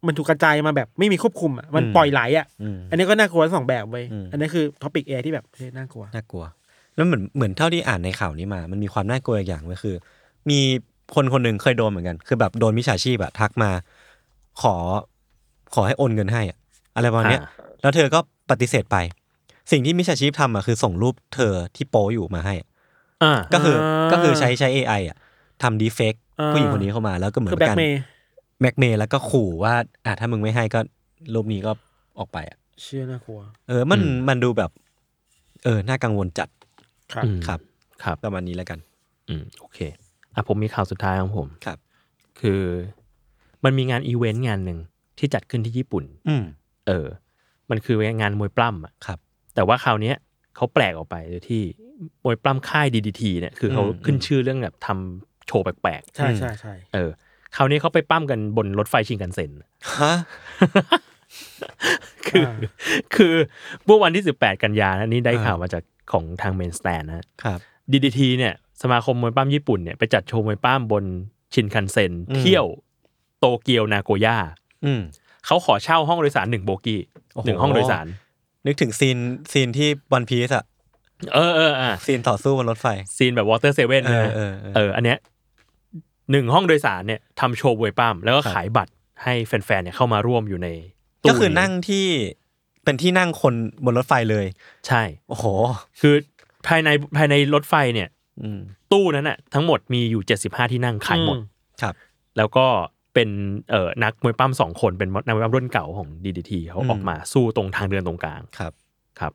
Speaker 4: มันถูกกระจายมาแบบไม่มีควบคุมอ่ะมัน
Speaker 2: อืม
Speaker 4: ปล่อยไหลอ่ะ
Speaker 2: อืม
Speaker 4: อันนี้ก็น่ากลัวทั้งสองแบบเว้ย
Speaker 2: อืม
Speaker 4: อันนี้คือท็อปิกเอที่แบบเฮ้ยน่ากลัว
Speaker 2: น่ากลัว แล้วเหมือนเหมือนเท่าที่อ่านในข่าวนี้มา มันมีความน่ากลัวอกอย่างก็คือ มีคนคนหนึ่งเคยโดนเหมือนกัน คือแบบโดนมิจฉาชีพอะทักมา ขอขอให้โอนเงินให้อะอะไรประมาณเนี้ย
Speaker 3: อ่า
Speaker 2: แล้วเธอก็ปฏิเสธไป สิ่งที่มิจฉาชีพทำอะคือส่งรูปเธอที่โปอยู่มาให้อะ
Speaker 3: อ่า
Speaker 2: ก็คืออา ก็คือใช้ใช้ AI อะทำดีเฟก
Speaker 4: อ่า
Speaker 2: ผู้หญิงคนนี้เข้ามาแล้วก็เหมือน
Speaker 4: คือ
Speaker 2: กั
Speaker 4: แบ็ก
Speaker 2: น
Speaker 4: เมย์
Speaker 2: แม็กเมย์แล้วก็ขู่ว่าอ่ะถ้ามึงไม่ให้ก็รูปนี้ก็ออกไปอะ
Speaker 4: เชื่อน่ากลัว
Speaker 2: เออมันมันดูแบบ เออน่ากังวลจัด
Speaker 4: ครับ
Speaker 3: อืม
Speaker 2: ครับ
Speaker 3: ครับ
Speaker 2: ประมาณนี้แล้วกัน
Speaker 3: อืมโอเคอ่ะผมมีข่าวสุดท้ายของผม
Speaker 2: ครับ
Speaker 3: คือมันมีงานอีเวนต์งานหนึ่งที่จัดขึ้นที่ญี่ปุ่น
Speaker 2: อืม
Speaker 3: เออ มันคืองานมวยปล้ำอะ
Speaker 2: ครับ
Speaker 3: แต่ว่าคราวเนี้ยเขาแปลกออกไปโดยที่มวยปล้ำค่าย DDT เนี่ย คือเขา
Speaker 2: อืม
Speaker 3: ขึ้นชื่อเรื่องแบบทำโชว์แปลก
Speaker 4: ใช่ใช่ใช่
Speaker 3: ๆ เออ คราวนี้เขาไปปั้มกันบนรถไฟชิงกันเซ็น
Speaker 2: ฮะ
Speaker 3: คืออคือเมื่อวันที่ 18 กันยานะนี่ได้
Speaker 2: อ่า
Speaker 3: ข่าวมาจากของทางเมนสแตนนะ
Speaker 2: ครับ
Speaker 3: DDT เนี่ยสมาคมมวยปล้ำญี่ปุ่นเนี่ยไปจัดโชว์มวยปล้ำบนชินคันเซ็น
Speaker 2: อืม
Speaker 3: เที่ยวโตเกียวนาโกย่า
Speaker 2: อืม
Speaker 3: เขาขอเช่าห้องโดยสารหนึ่งโบกี้
Speaker 2: โอ้โห
Speaker 3: หนึ่งห้องโดยสาร
Speaker 2: นึกถึงซีนซีนที่วันพีซอะ
Speaker 3: เออเอออ่ะ
Speaker 2: ซีนต่อสู้บนรถไฟ
Speaker 3: ซีนแบบวอเตอร์เซเว่น
Speaker 2: เออ
Speaker 3: นะ
Speaker 2: เออเออ
Speaker 3: เอออันเนี้ยหนึ่งห้องโดยสารเนี่ยทำโชว์มวยปล้ำแล้วก็ขายบัตรให้แฟนๆเนี่ยเข้ามาร่วมอยู่ในตู้
Speaker 2: ก็คือนั่งที่เป็นที่นั่งคนบนรถไฟเลย
Speaker 3: ใช่
Speaker 2: โอ้โห
Speaker 3: คือภายในภายในรถไฟเนี่ย
Speaker 2: อืม
Speaker 3: ตู้นั้นน่ะทั้งหมดมีอยู่ 75 ที่นั่งขายหมด
Speaker 4: อื
Speaker 2: ครับ
Speaker 3: แล้วก็เป็นเอ่อนักมวยปั้มสองคนเป็นนักมวยปั้มรุ่นเก่าของ DDT เขา
Speaker 2: อืม
Speaker 3: ออกมาสู้ตรงทางเดินตรงกลาง
Speaker 2: ครับ
Speaker 3: ครับ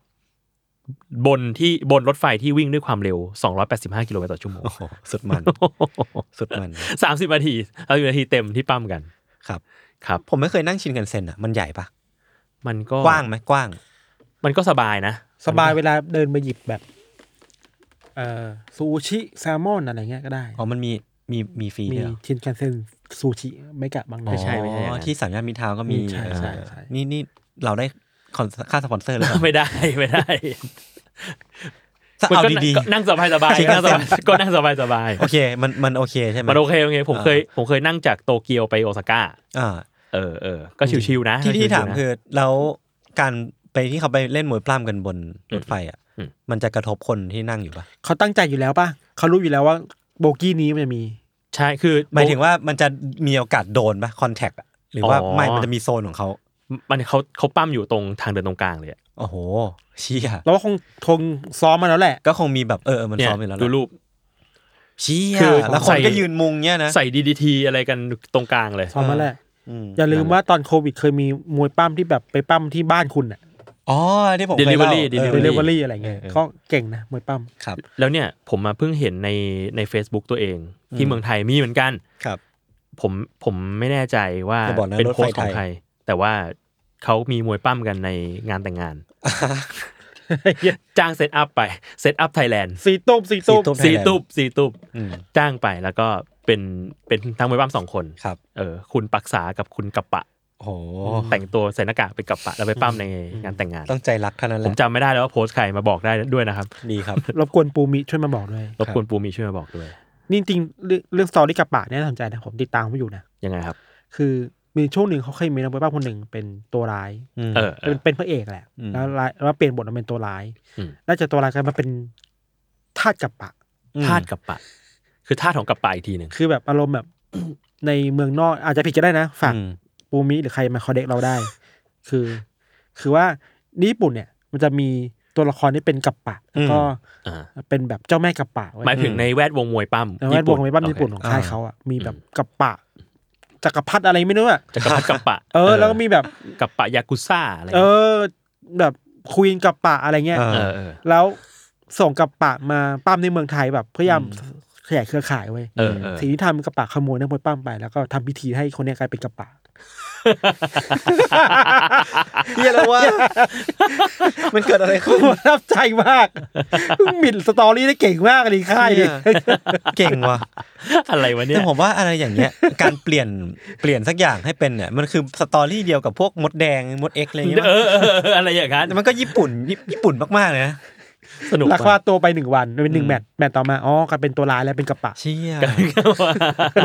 Speaker 3: บนที่บนรถไฟที่วิ่งด้วยความเร็ว 285 กิโลเมตรต่อชั่วโมง <laughs>
Speaker 2: โอ้โห สุดมัน สุดมัน
Speaker 3: 30 นาทีเอาอยู่นาทีเต็มที่ปั้มกัน
Speaker 2: ครับ
Speaker 3: ครับ
Speaker 2: ผมไม่เคยนั่งชินกันเซ็นอะมันใหญ่ปะ
Speaker 3: มันก็
Speaker 2: กว้างไหมกว้าง
Speaker 3: มันก็สบายนะ <laughs>
Speaker 4: สบายเวลาเดินไปหยิบแบบเอ่อซูชิแซลมอนอะไรเงี้ยก็ได้
Speaker 2: อ๋อ มันมีมีมีฟรี
Speaker 4: มี
Speaker 2: ด้วยเหรอ
Speaker 4: ชินคันเซ็นซูชิไม่กะบางนา
Speaker 3: ไม่ใช่ไม่ใช่อ
Speaker 2: อ๋
Speaker 3: ย่าง
Speaker 2: อ
Speaker 3: นั้น
Speaker 2: ที่สามย่านมิตรทาวน์ก็มี
Speaker 4: ใช่ใช่ใช่
Speaker 2: เออนี่นี่เราได้คอนค่าสปอนเซอร์หรือเปล่า
Speaker 3: ไม่ได้ไม่ได้
Speaker 2: จะ <laughs> เอา
Speaker 3: ก็
Speaker 2: ดี
Speaker 3: ก็นั่งสบายสบาย
Speaker 2: ชิค
Speaker 3: นั่งสบาย
Speaker 2: เซ็น <laughs>
Speaker 3: ก็นั่งสบายสบาย
Speaker 2: ๆ โอเค มันมันโอเคใช่ไหม
Speaker 3: มันโอเคโอเคผม
Speaker 2: อ่า
Speaker 3: เคยผมเคยนั่งจากโตเกียวไปโอซาก้า
Speaker 2: อ่า
Speaker 3: เออเออก็ชิวๆนะ
Speaker 2: ที่ที่
Speaker 3: ก็ชิวๆนะ
Speaker 2: ถามคือแล้วการไปที่เขาไปเล่นมวยปล้ำกันบนรถไฟอ่ะ
Speaker 3: อืม
Speaker 2: มันจะกระทบคนที่นั่งอยู่ปะ
Speaker 4: เขาตั้งใจอยู่แล้วป่ะเขารู้อยู่แล้วว่าโบกี้นี้มันจะมี
Speaker 3: ใช่คือ
Speaker 2: หมายถึงว่ามันจะมีโอกาสโดนปะคอนแทคอะหรือว่า
Speaker 3: อ๋อ
Speaker 2: ไม่มันจะมีโซนของเขา
Speaker 3: มันเขาเขาปั้มอยู่ตรงทางเดินตรงกลางเลยอะ
Speaker 2: โอ้โหเชี่ย
Speaker 4: เราว่าคงทงซ้อมมาแล้วแหละ
Speaker 2: ก็คงมีแบบเออเออมัน
Speaker 3: เนี่ย
Speaker 2: ซ้อมอยู่แล้ว
Speaker 3: ดู
Speaker 2: ล่ะ
Speaker 3: รูป
Speaker 2: เชี่ย
Speaker 3: คือ
Speaker 2: แล้วค
Speaker 3: ใส่
Speaker 2: นก็ยืนมุงเนี้ยนะ
Speaker 3: ใส่ดีดีทีอะไรกันตรงกลางเลย
Speaker 4: ซ้อมมาแล้วแหละ
Speaker 2: อืม
Speaker 4: อย่าลืมว่าตอนโควิดเคยมีมวยปั้มที่แบบไปปั้มที่บ้านคุณอะ
Speaker 2: อ๋อที่ผมเคย
Speaker 3: เด
Speaker 2: เล่า
Speaker 3: ลิเวอรี่
Speaker 2: ออ
Speaker 4: เดลิเวอรี่อะไรเงี้
Speaker 2: เอ
Speaker 4: ย
Speaker 2: อเออ
Speaker 4: เขาเก่งนะมวยปั้ม
Speaker 2: ครับ
Speaker 3: แล้วเนี่ยผมมาเพิ่งเห็นในใน Facebook ตัวเอง ที่เมืองไทยมีเหมือนกัน
Speaker 2: ครับ
Speaker 3: ผมผมไม่แน่ใจว่า
Speaker 2: อย่าบอกนะ
Speaker 3: เป็น
Speaker 2: รถไฟ
Speaker 3: โพสต์ของ
Speaker 2: ไทย
Speaker 3: ใคร แต่ว่าเขามีมวยปั้มกันในงานแต่งงาน จ้างเซตอัพไปเซตอัพไทยแลนด์
Speaker 4: สีตุบสีตุบ
Speaker 2: สี Thailand
Speaker 3: สี่ตุบสี่ตุบ
Speaker 2: อืม
Speaker 3: จ้างไปแล้วก็เป็นเป็นทั้งมวยปั้มสองคน
Speaker 2: ครับ
Speaker 3: เออคุณปักษากับคุณกัปปะ
Speaker 2: โอ้โห
Speaker 3: แต่งตัวใส่หน้ากากไปกับปะแล้วไปปั้มในงานแต่งงาน
Speaker 2: ต้องใจรักเท่านั้นแห
Speaker 3: ผ
Speaker 2: ละ
Speaker 3: มจำไม่ได้แล้วว่าโพสต์ใครมาบอกได้ด้วยนะครับ
Speaker 2: ดีครับ
Speaker 4: รบกวนปูมิช่วยมาบอกด้วย
Speaker 3: รบกวนปูมีช่วยมาบอกด้วย
Speaker 4: นี่จริงเรื่องเรื่องสตอรี่กับปะเนี่ยน่าสนใจนะผมติดตามเขาอยู่นะ
Speaker 3: ยังไงครับ
Speaker 4: คือมีช่วงหนึ่งเขาเคยมีนักมวยปล้ำคนหนึ่งเป็นตัวร้าย
Speaker 2: อืม
Speaker 3: เออเอ
Speaker 4: เป็
Speaker 3: อ
Speaker 4: นเป็นพระเอกแหละ
Speaker 2: อืม
Speaker 4: แล้วร้ายแล้วเปลี่ยนบทมาเป็นตัวร้าย
Speaker 3: อืม
Speaker 4: น่าจะตัวร้ายกลายมาเป็นทาสกับปะ
Speaker 3: ธาตุกับปะ คือธาตุของกับปะอีกทีหนึ่ง
Speaker 4: คือแบบ <coughs> อารมณ์แบบ ในเมืองนอกอาจจะผิดก็ได้นะฝาก
Speaker 2: อืม
Speaker 4: ปูมิหรือใครมาคอเด็กเราได้ คือ คือว่าญี่ปุ่นเนี่ย มันจะมีตัวละครที่เป็นกับปะแล้วก็
Speaker 3: อ่า
Speaker 4: เป็นแบบเจ้าแม่กับปะไว้
Speaker 3: หมายถึงในแวดวงมวยปั้ม
Speaker 4: ในแวดวงในบ้านญี่ปุ่น
Speaker 3: โอ
Speaker 4: ข
Speaker 3: เค
Speaker 4: องค่ายเขาอ่ะมีแบบ
Speaker 3: อืม
Speaker 4: กับปะจักรพรรดิอะไรไม่รู้อ่ะ
Speaker 3: จักรพรรดิกับปะ
Speaker 4: เออ แล้วก็มีแบบ
Speaker 3: กับปะยากุซ่าอะไร
Speaker 4: เออ แบบควีนกับปะอะไรเงี้ย
Speaker 2: เอ
Speaker 3: เออเออ
Speaker 4: แล้วส่งกับปะมาปั้มในเมืองไทยแบบพยายามขยายเครือข่ายไว้ย
Speaker 3: เออเออ
Speaker 4: สิ่งที่ทำกับปะขโมยนักมวยปั้มไป แล้วก็ทำพิธีให้คนเนี้ยกลายเป็น
Speaker 3: <laughs>
Speaker 4: กับปะ
Speaker 2: เฮียแล้วว่า มันเกิดอะไร
Speaker 4: กู
Speaker 2: ขึ้น
Speaker 4: ประทับใจมากมึงบิดสตอรี่ได้เก่งมากเลยค่ายดิ
Speaker 2: เหี้ยเก่งว่ะ
Speaker 3: อะไรวะเนี่
Speaker 2: แต่
Speaker 3: ย
Speaker 2: ผมว่าอะไรอย่างเงี้ย การเปลี่ยนเปลี่ยนสักอย่างให้เป็นเนี่ยมันคือสตอรี่เดียวกับพวกมดแดงมดเอ็กซ์อะไรเงี้ย
Speaker 3: เออเออเอออะไรอย่างนั้น
Speaker 2: แต่มันก็ญี่ปุ่นญี่ปุ่นมากๆเลยนะ
Speaker 3: สนุก
Speaker 4: ลัก
Speaker 3: ว่ะ
Speaker 4: พาตัวไปหนึ่งวันเป็นหนึ่งแมตช์แมตช์ต่อมาอ๋อกลายเป็นตัวร้ายแล้วเป็นกระปะ
Speaker 2: เชี่ย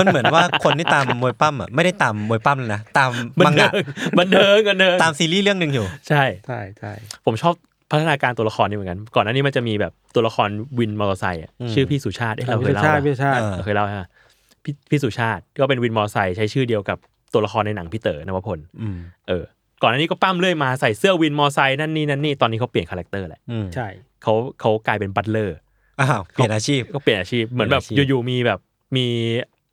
Speaker 2: มันเหมือนว่าคนที่ตามมวยปั้มอ่ะไม่ได้ตามมวยปั้มเลยนะตาม
Speaker 3: บั
Speaker 2: มั
Speaker 3: น
Speaker 2: ง
Speaker 3: เทิ
Speaker 2: งะ
Speaker 3: งบันเทิงกันเนิง
Speaker 2: ตามซีรีส์เรื่องหนึ่งอยู่
Speaker 3: ใช่
Speaker 4: ใช่ใช่
Speaker 3: ผมชอบพัฒนาการตัวละครนี่เหมือนกัน ก่อนหน้านี้มันจะมีแบบตัวละครวินมอเตอร์ไซค์อะ
Speaker 2: อืม
Speaker 3: ชื่อพี่สุชาติเอ้ยเราเค
Speaker 4: พิ
Speaker 3: ยเล่า
Speaker 4: ชาติ
Speaker 3: ปะ
Speaker 4: พิชาติ
Speaker 2: เออ
Speaker 3: เราเคยเล่าฮะพี่พี่สุชาติก็เป็นวินมอเตอร์ไซค์ใช้ชื่อเดียวกับตัวละครในหนังพี่เต๋อนวพล
Speaker 2: อืม
Speaker 3: เออก่อนหน้านี้ก็ปั้มเรื่อยมาใส่เสื้อวินมอเตอร์ไซค์นั่นนี่นั่นนี่ตอนนี้เขาเปลี่ยนคาแรคเตอร์แหละ
Speaker 2: อืม
Speaker 4: ใช่
Speaker 3: เขาเขากลายเป็นบัตเลอร์
Speaker 2: อ้าวเปลี่ยนอาชีพ
Speaker 3: ก็เปลี่ยนอาชีพเหมือนแบบ
Speaker 2: เปลี่ยนอาชีพ
Speaker 3: อยู่ๆมีแบบมี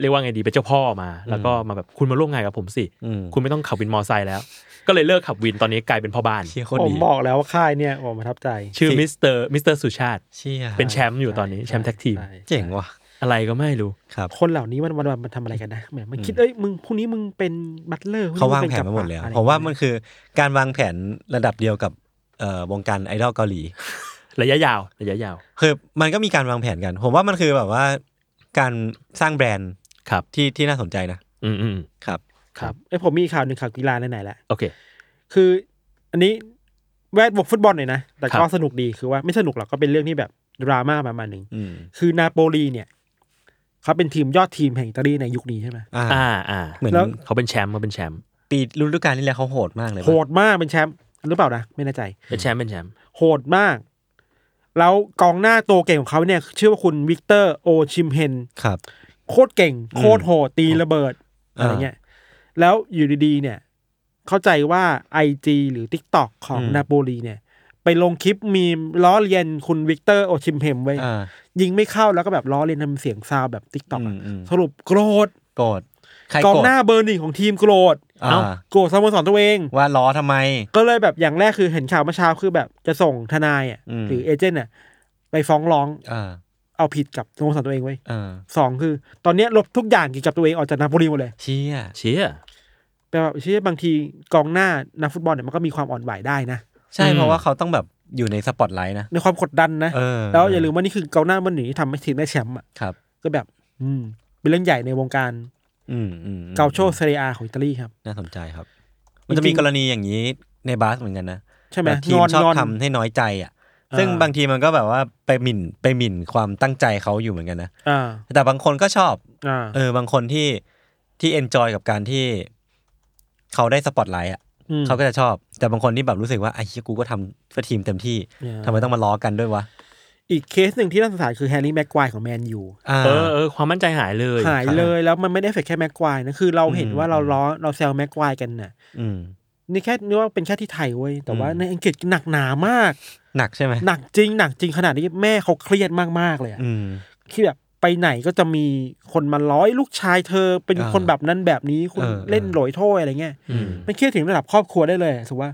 Speaker 3: เรียกว่าไงดีเป็นเจ้าพ่อมา แล้วก็มาแบบคุณมาร่วมงานกับผมสิ
Speaker 2: อืม
Speaker 3: คุณไม่ต้องขับวินมอเตอร์ไซค์แล้ว ก็เลยเลิกขับวินตอนนี้กลายเป็นพ่อบ้าน
Speaker 2: เชี่ยโคตร
Speaker 4: ผม
Speaker 2: ดี
Speaker 4: บอกแล้วว่าค่ายเนี่ยผมประทับใจ
Speaker 3: ชื่อมิสเตอร์มิสเตอร์สุชาติ
Speaker 2: เชี่ย
Speaker 3: เป็นแชมป์อยู่ตอนนี้แชมป์แท็กทีม
Speaker 4: ใช่
Speaker 2: เจ๋งว่ะ
Speaker 3: อะไรก็ไม่รู้
Speaker 2: ครับ
Speaker 4: คนเหล่านี้มันวันวันมันทำอะไรกันนะเหมือนมันคิดเอ้ยมึงพรุ่งนี้มึงเป็นบัตเลอร์
Speaker 2: เขาวางแผนมาหมดแล้วผมว่ามันคือการวางแผนระดับเดียวกับเอ่อวงการไอดอลเกาหลี
Speaker 3: ระยะยาวระยะยาว
Speaker 2: คือมันก็มีการวางแผนกัน ผมว่ามันคือแบบว่าการสร้างแบรนด์
Speaker 3: ครับ
Speaker 2: ที่ที่น่าสนใจนะ
Speaker 3: อืมอืม
Speaker 2: ครับ
Speaker 4: ครับไอ้ยผมมีข่าวหนึ่งข่าวกีฬาไหนๆแหละ
Speaker 3: โอเค
Speaker 4: คืออันนี้แวดวงฟุตบอลหน่อยนะ แต่
Speaker 3: ครั
Speaker 4: ก็
Speaker 3: บ
Speaker 4: สนุกดีคือว่าไม่สนุกหรอกก็เป็นเรื่องที่แบบดราม่าประมาณหนึ่ง
Speaker 2: อืม
Speaker 4: คือนาโปลีเนี่ยเขาเป็นทีมยอดทีมแห่งอิตาลีในยุคนี้ใช่ไหม
Speaker 2: อ่า
Speaker 3: อ่าอ่า
Speaker 2: เหมือน
Speaker 4: แล้ว
Speaker 3: เขาเป็นแชมป์เขาเป็นแชมป์
Speaker 2: ปีฤดูกาลที่แล้วเขาโหดมากเลย
Speaker 4: โหดมากเป็นแชมป์หรือเปล่านะ ไม่แน่ใจ
Speaker 3: เป็นแชมป์เป็นแชมป์
Speaker 4: โหดมาก แล้วกองหน้าตัวเก่งของเขาเนี่ย ชื่อว่าคุณวิกเตอร์โอชิมเฮน
Speaker 2: ครับ
Speaker 4: โคตรเก่ง โคตรโหดตีระเบิด
Speaker 2: อ่า
Speaker 4: อะไรเงี้ย แล้วอยู่ดีๆ เนี่ย เข้าใจว่า IG หรือ TikTok ของนาโปลีเนี่ย ไปลงคลิปมีมล้อเลียนคุณวิกเตอร์โอชิมเฮมไว้ย
Speaker 2: อ่า
Speaker 4: ยิงไม่เข้าแล้วก็แบบล้อเลียนทำเสียงซาวแบบ TikTok อะ
Speaker 2: อืมอืม
Speaker 4: สรุปโกรธ
Speaker 2: โกรธใคร
Speaker 4: กอง
Speaker 2: โกรธ
Speaker 4: หน้าเบอร์หนึ่งของทีมโกรธ
Speaker 2: อ่า
Speaker 4: โกรธสโมสรตัวเอง
Speaker 2: ว่าล้อทำไม
Speaker 4: ก็เลยแบบอย่างแรกคือเห็นข่าวเมื่อเช้าคือแบบจะส่งทนายอ่ะ
Speaker 2: อืม
Speaker 4: หรือเอเจนต์อ่ะไปฟ้องร้อง
Speaker 2: อ่า
Speaker 4: เอาผิดกับสโมสรตัวเองไว้ย
Speaker 2: อ่า
Speaker 4: สองคือ ตอนเนี้ยลบทุกอย่างเกี่ยวกับตัวเองออกจากนาโปลีหมดเลย
Speaker 2: เชี่ย
Speaker 3: เชีย
Speaker 4: แปลว่าเชื่อบางทีกองหน้านักฟุตบอลเนี่ยมันก็มีความอ่อนไหวได้นะ
Speaker 2: ใช่
Speaker 3: อืม
Speaker 2: เพราะว่าเขาต้องแบบอยู่ในสปอตไลท์นะ
Speaker 4: ในความกดดันนะ
Speaker 2: เออ
Speaker 4: แล้วอย่าลืมว่านี่คือกองหน้าเบอร์หนึ่งที่ทำให้ทีมได้แชมป์อ่ะ
Speaker 2: ครับ
Speaker 4: ก็แบบ อืม เป็นเรื่องใหญ่ในวงการ
Speaker 2: อืมอืมอืม
Speaker 4: เกาโชเซเรียอาของอิตาลีครับ
Speaker 2: น่าสนใจครับ มันจะมี
Speaker 4: จริงๆ
Speaker 2: กรณีอย่างนี้ในบาสเหมือนกันนะ
Speaker 4: ใช่ไหม
Speaker 2: แบบที
Speaker 4: ง
Speaker 2: ม
Speaker 4: อน
Speaker 2: ชอบ
Speaker 4: งอน
Speaker 2: ทำให้น้อยใจอ่ะ ซึ่ง
Speaker 4: อ่า
Speaker 2: บางทีมันก็แบบว่าไปหมิ่นไปหมิ่นความตั้งใจเขาอยู่เหมือนกันนะ
Speaker 4: อ่า
Speaker 2: แต่บางคนก็ชอบ
Speaker 4: อ่า
Speaker 2: เออ บางคนที่ที่เอนจอยกับการที่เขาได้สปอตไลท์อ่ะ
Speaker 4: ม
Speaker 2: เขาก็จะชอบ แต่บางคนที่แบบรู้สึกว่าไอ้เหี้ยกูก็ทำเพื่อทีมเต็มที่
Speaker 4: เนี่ย
Speaker 2: ทำไมต้องมาล้อกันด้วยวะ
Speaker 4: อีกเคสหนึ่งที่น่าสงสารคือแฮร์รี่แม็กควายของแมนยู
Speaker 2: อ่า
Speaker 3: เออเออความมั่นใจหายเลย
Speaker 4: หายเลยแล้วมันไม่ได้เฟกแค่แม็กควายนะ คือเราเห็น
Speaker 2: อืม
Speaker 4: ว่าเราล้อเราแซวแม็กควายกันน่ะ
Speaker 2: อืม
Speaker 4: นี่แค่นึกว่าเป็นแค่ที่ไทยเว้ย แต่ว่า
Speaker 2: อืม
Speaker 4: ในอังกฤษหนักหนามาก
Speaker 2: หนักใช่ไหม
Speaker 4: หนักจริง หนักจริงขนาดที่แม่เขาเครียดมาก ๆ เลยอะ
Speaker 2: อืม
Speaker 4: ที่แบบไปไหนก็จะมีคนมาล้อยลูกชายเธอเป็น
Speaker 2: อ่า
Speaker 4: คนแบบนั้นแบบนี้คุณ
Speaker 2: เออ
Speaker 4: เล่นโหลอยโถ้ยอะไรเงี้ย
Speaker 2: อืม
Speaker 4: มันเครียดถึงระดับครอบครัวได้เลยถือว่า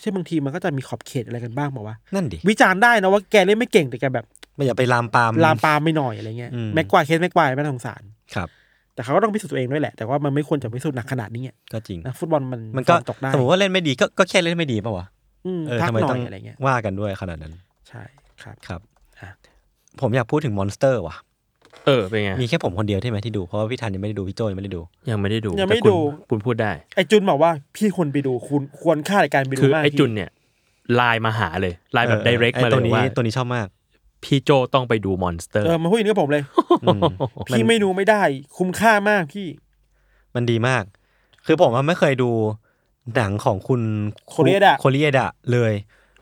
Speaker 4: ใช่บางทีมันก็จะมีขอบเขตอะไรกันบ้างบอกว่า
Speaker 2: นั่นดิ
Speaker 4: วิจารณ์ได้นะว่าแกเล่นไม่เก่งแต่แกแบบ
Speaker 2: ไม่อย่าไปลามปาม
Speaker 4: ลามปามไม่หน่อยอะไรเงี้ย
Speaker 2: อืม
Speaker 4: แม็กควายเคสแม็กควายไม่าสงสาร
Speaker 2: ครับ
Speaker 4: แต่เขาก็ต้องพิสูจน์ตัวเองด้วยแหละแต่ว่ามันไม่ควรจะพิสูจน์หนักขนาดนี้อะ
Speaker 2: ก็จริง
Speaker 4: นะฟุตบอลมัน
Speaker 2: มันก็
Speaker 4: ฟอร์ตกได้
Speaker 2: สมมติว่าเล่นไม่ดีก็ก็แค่เล่นไม่ดีป่าวะ
Speaker 4: อืม
Speaker 2: เออ
Speaker 4: พัก
Speaker 2: ทำไม
Speaker 4: หน่
Speaker 2: ต้
Speaker 4: อ
Speaker 2: อง
Speaker 4: ยอะไรเงี้ย
Speaker 2: ว่ากันด้วยขนาดนั้น
Speaker 4: ใช่ครับ
Speaker 2: ครับ
Speaker 4: อ่ะ
Speaker 2: ผมอยากพูดถึงมอนสเตอร์ว่ะ
Speaker 3: เออเป็นไง
Speaker 2: มีแค่ผมคนเดียวใช่ไหมที่ดู เพราะว่าพี่ธันยังไม่ได้ดู พี่โจยังไม่ได้ดู
Speaker 3: ยังไม่ได้ดู
Speaker 4: ยังไม่
Speaker 3: แต่คุณ
Speaker 4: ดู
Speaker 3: คุณพูดได้
Speaker 4: ไอจุนบอกว่าพี่ควรไปดูคุณควรค่ารายการไปดู
Speaker 3: คือ
Speaker 4: มาก
Speaker 3: ไอ้
Speaker 4: พี่
Speaker 3: จุนเนี่ยไลน์มาหาเลยไลน์แบบ
Speaker 2: เออ
Speaker 3: direct
Speaker 2: ไอ้
Speaker 3: มาเล
Speaker 2: ตัวย นี้
Speaker 3: ว่า
Speaker 2: ตัวนี้ชอบมาก
Speaker 3: พี่โจต้องไปดูมอนสเตอร์
Speaker 4: เออมาพูดอย่างนี้กับผมเลย
Speaker 2: อื
Speaker 3: <laughs>
Speaker 2: ม
Speaker 4: พี่ไม่ดูไม่ได้ คุ้มค่ามากพี่
Speaker 2: มันดีมาก คือผมอะไม่เคยดูหนังของคุณ
Speaker 4: Koreeda
Speaker 2: โคเรียดะเลย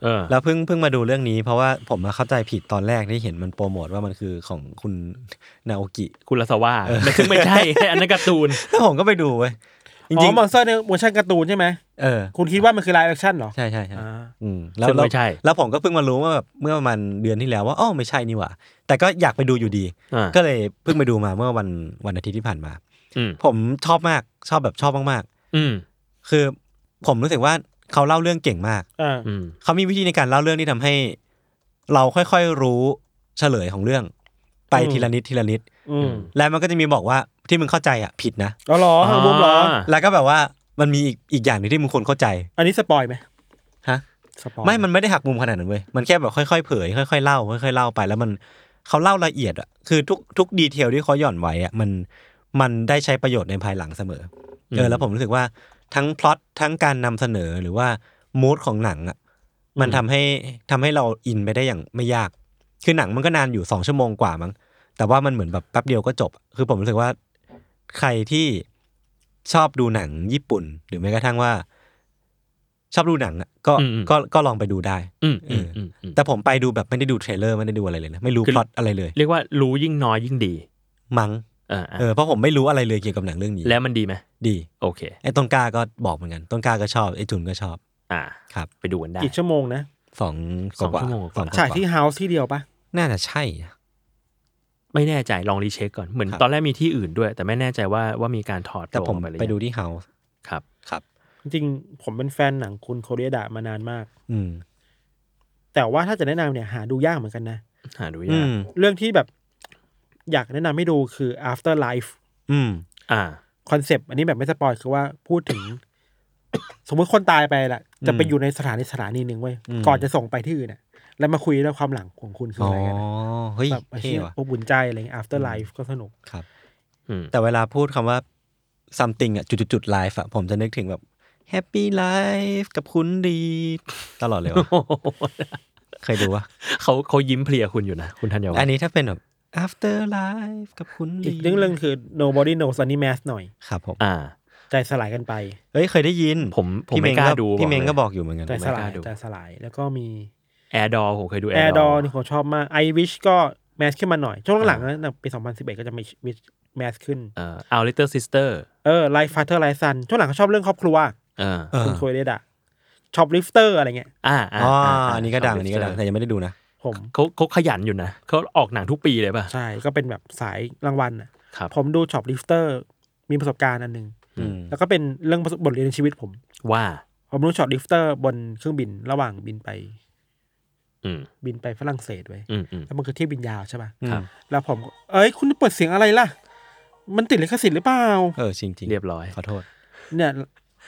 Speaker 3: เออ
Speaker 2: แล้วเพิ่งเพิ่งมาดูเรื่องนี้ เพราะว่าผมมาเข้าใจผิดตอนแรกที่เห็นมันโปรโมทว่ามันคือของคุณนาโอกิ
Speaker 3: คุณลาสว่าไม่ซึ่งไม่ใช่ อันนั้นการ์ตูน
Speaker 2: แล้วผมก็ไปดูเว้ย จ
Speaker 4: อ๋
Speaker 2: ริ
Speaker 4: อง มอนสเตอร์ในเวอร์ชันการ์ตูนใช่ไหม
Speaker 2: ๆเออ
Speaker 4: คุณคิดว่ามันคือไลฟ์แอคชั่นเหรอ
Speaker 2: ใช่ใช่ใช่
Speaker 4: อ่า
Speaker 2: อืมแล้ว
Speaker 3: ซึ่ง
Speaker 2: แล้ว
Speaker 3: ไม่ใช่
Speaker 2: แล้วผมก็เพิ่งมารู้ว่าแบบเมื่อประมาณเดือนที่แล้วว่าอ๋อไม่ใช่นี่หว่า แต่ก็อยากไปดูอยู่ดี
Speaker 3: อ่า
Speaker 2: ก็เลยเพิ่งไปดูมาเมื่อวันวันอาทิตย์ที่ผ่านมา
Speaker 3: อืม
Speaker 2: ผมชอบมากชอบแบบชอบมาก
Speaker 3: อืม
Speaker 2: ๆคือผมรู้สึกว่าเขาเล่าเรื่องเก่งมาก
Speaker 4: อ่า
Speaker 3: อืม
Speaker 2: เขามีวิธีในการเล่าเรื่องที่ทำให้ เราค่อยๆรู้เฉลยของเรื่อง ไปทีละนิดทีละนิด
Speaker 4: อืม
Speaker 2: แล้วมันก็จะมีบอกว่าที่มึงเข้าใจอ่ะผิดนะ
Speaker 4: แล้วเหรอทางมุมเหรอ
Speaker 3: า
Speaker 2: แล้วก็แบบว่ามันมีอีกอีกอย่างหนึงที่มึงควรเข้าใจ
Speaker 4: อันนี้สปอยไหม
Speaker 2: ฮะ
Speaker 4: สปอย
Speaker 2: ไม่ มันไม่ได้หักมุมขนาดนั้นเว้ย มันแค่แบบค่อยๆ เผย ค่อยๆ เล่า ค่อยๆ เล่าไป แล้วมันเขาเล่าละเอียดอะคือทุกทุกดีเทลที่เขาหย่อนไว้อะมัน มันได้ใช้ประโยชน์ในภายหลังเสมอ เอ
Speaker 3: อื
Speaker 2: อ
Speaker 3: ม
Speaker 2: แล้วผมรู้สึกว่าทั้งพล็อต ทั้งการนำเสนอ หรือว่ามูดของหนังอะมันทำให้ทำให้เราอินไปได้อย่างไม่ยาก คือหนังมันก็นานอยู่สองชั่วโมงกว่ามั้ง แต่ว่ามันเหมือนแบบแป๊บเดียวก็จบ คือผมรู้สึกว่าใครที่ชอบดูหนังญี่ปุ่น หรือแม้กระทั่งว่า ชอบดูหนังอะก็
Speaker 3: อืมอืม
Speaker 2: ก็ก็ลองไปดูได้
Speaker 3: อืมอืมอืมอืม
Speaker 2: แต่ผมไปดูแบบไม่ได้ดูเทรลเลอร์ไม่ได้ดูอะไรเลยนะไม่รู้
Speaker 3: คือ
Speaker 2: พล็อตอะไรเลย
Speaker 3: เรียกว่ารู้ยิ่งน้อยยิ่งดี
Speaker 2: มัง้ง
Speaker 3: อ่าอ่า
Speaker 2: เออเพราะผมไม่รู้อะไรเลยเกี่ยวกับหนังเรื่องนี้
Speaker 3: แล้วมันดีไหม
Speaker 2: ดี
Speaker 3: โอเค
Speaker 2: ไอ้ต้นกล้าก็บอกเหมือนกันต้นกล้าก็ชอบไอ้จุนก็ชอบ
Speaker 3: อ่า
Speaker 2: ครับ
Speaker 3: ไปดูกันได้
Speaker 4: กี่ชั่วโมงนะ
Speaker 2: สองก
Speaker 3: สอง
Speaker 2: ว่า
Speaker 3: ชั่วโมงกว่า
Speaker 2: กว่
Speaker 4: ฉากที่เฮาส์ที่เดียวปะ
Speaker 2: น่าจะใช่นะ
Speaker 3: ไม่แน่ใจลองรีเช็คก่อนเหมือน
Speaker 2: ครับ
Speaker 3: ตอนแรกมีที่อื่นด้วย แต่ไม่แน่ใจว่าว่ามีการถอด
Speaker 2: แต่
Speaker 3: ตัว
Speaker 2: ผม
Speaker 3: ออกไปหรือ
Speaker 2: ไป
Speaker 3: ยัง
Speaker 2: ดูที่เฮาส์
Speaker 3: ครับ
Speaker 2: ครับ
Speaker 4: จริงๆผมเป็นแฟนหนังคุณโคเรียดะมานานมาก
Speaker 2: อืม
Speaker 4: แต่ว่าถ้าจะแนะนำเนี่ยหาดูยากเหมือนกันนะ
Speaker 3: หาดู
Speaker 2: อื
Speaker 3: ยาก
Speaker 2: ม
Speaker 4: เรื่องที่แบบอยากแนะนำให้ดูคือ after life
Speaker 2: อืม
Speaker 3: อ่า
Speaker 4: คอนเซปต์อันนี้แบบไม่สปอยคือว่าพูดถึง <coughs> สมมติคนตายไปละจะไปอยู่ในสถานีสถานีหนึ่งเว้ยก่อนจะส่งไปที่อื่นน่ะ แล้วมาคุยเรื่องความหลังของคุณคือ
Speaker 2: อ๋อ
Speaker 4: อะไรกันนะ
Speaker 2: เฮ้ย
Speaker 4: แบบไอ้
Speaker 2: เท่
Speaker 4: เหี้ย
Speaker 2: ว่ะ
Speaker 4: อบอุ่นใจอะไรเงี้ย after life ก็สนุก
Speaker 2: ครับ
Speaker 3: อืม <laughs>
Speaker 2: แต่เวลาพูดคำว่า something อ่ะจุดๆๆ life อ่ะผมจะนึกถึงแบบ happy life กับคุณดี ตลอดเลยวะเคยดูวะ
Speaker 3: <laughs> เขาเขายิ้มเพลียคุณอยู่นะ คุณธัญวัฒ
Speaker 2: อัน
Speaker 3: น์
Speaker 2: นี้ถ้าเป็นแบบ after life กับคุณ
Speaker 4: อีก
Speaker 2: ลี
Speaker 4: เรื่องหนึ่งคือ nobody knows any math หน่อย
Speaker 2: ครับผม
Speaker 3: อ่า
Speaker 4: ใจสลายกันไป
Speaker 2: เอ้ยเคยได้ยิน
Speaker 3: ผมผม
Speaker 2: พี่
Speaker 3: ไม่
Speaker 2: เง
Speaker 3: กล้าดู
Speaker 2: พี่เมง
Speaker 3: บอกเลย
Speaker 2: ก็บอกอยู่เหมือนกัน
Speaker 4: ใจสลาย
Speaker 3: ผมไม่กล้าดู
Speaker 4: ใจสลายแล้วก็มี
Speaker 3: แอร์ดอผมเคยดู
Speaker 4: แอ
Speaker 3: Air
Speaker 4: ร์ดอ
Speaker 3: Door
Speaker 4: นี่ผมชอบมากไอวิชก็แมสขึ้นมาหน่อย ช่วงหลังๆนะหนังปี2011 ก็จะมีวิชแมสขึ้น
Speaker 3: เอ่อ Our Little Sister
Speaker 4: เออไลฟ์ฟาเธอร์ไลฟ์ซันช่วงหลังเขาชอบเรื่องครอบครัว
Speaker 3: เออ
Speaker 2: เออ
Speaker 4: คุณเคยได้ด่ะชอบลิฟเตอร์อะไรเงี้ย
Speaker 3: อ่า
Speaker 2: อ๋
Speaker 3: อ่า
Speaker 2: อ
Speaker 3: อ่า
Speaker 2: อันนี้ก็ดังอันนี้ก็ดังแต่ยังไม่ได้ดูนะ
Speaker 4: ผม
Speaker 3: เขาเขาขยันอยู่นะเขาออกหนังทุกปีเลยป่ะ
Speaker 4: ใช่ก็เป็นแบบสายรางวัลน่ะ
Speaker 3: ครับ
Speaker 4: ผมดูช็อปลิฟเตอร์มีประสบการณ์อันหนึ่ง
Speaker 2: อืม
Speaker 4: แล้วก็เป็นเรื่องประสบบทเรียนในชีวิตผม
Speaker 3: ว่า
Speaker 4: ผมดูช็อปลิฟเตอร์บนเครื่องบินระหว่างบินไป
Speaker 3: อืม
Speaker 4: บินไปฝรั่งเศสไว้ย
Speaker 3: อืมอืม
Speaker 4: แล้วมันคือเที่ยวบินยาวใช่ป่ะ
Speaker 3: ครับ
Speaker 4: แล้วผมก็เอ้ยคุณเปิดเสียงอะไรล่ะ มันติดลิขสิทธิ์หรือเปล่า
Speaker 2: เออจริงจริงๆ
Speaker 3: เรียบร้อย
Speaker 2: ขอโทษ
Speaker 4: เนี่ย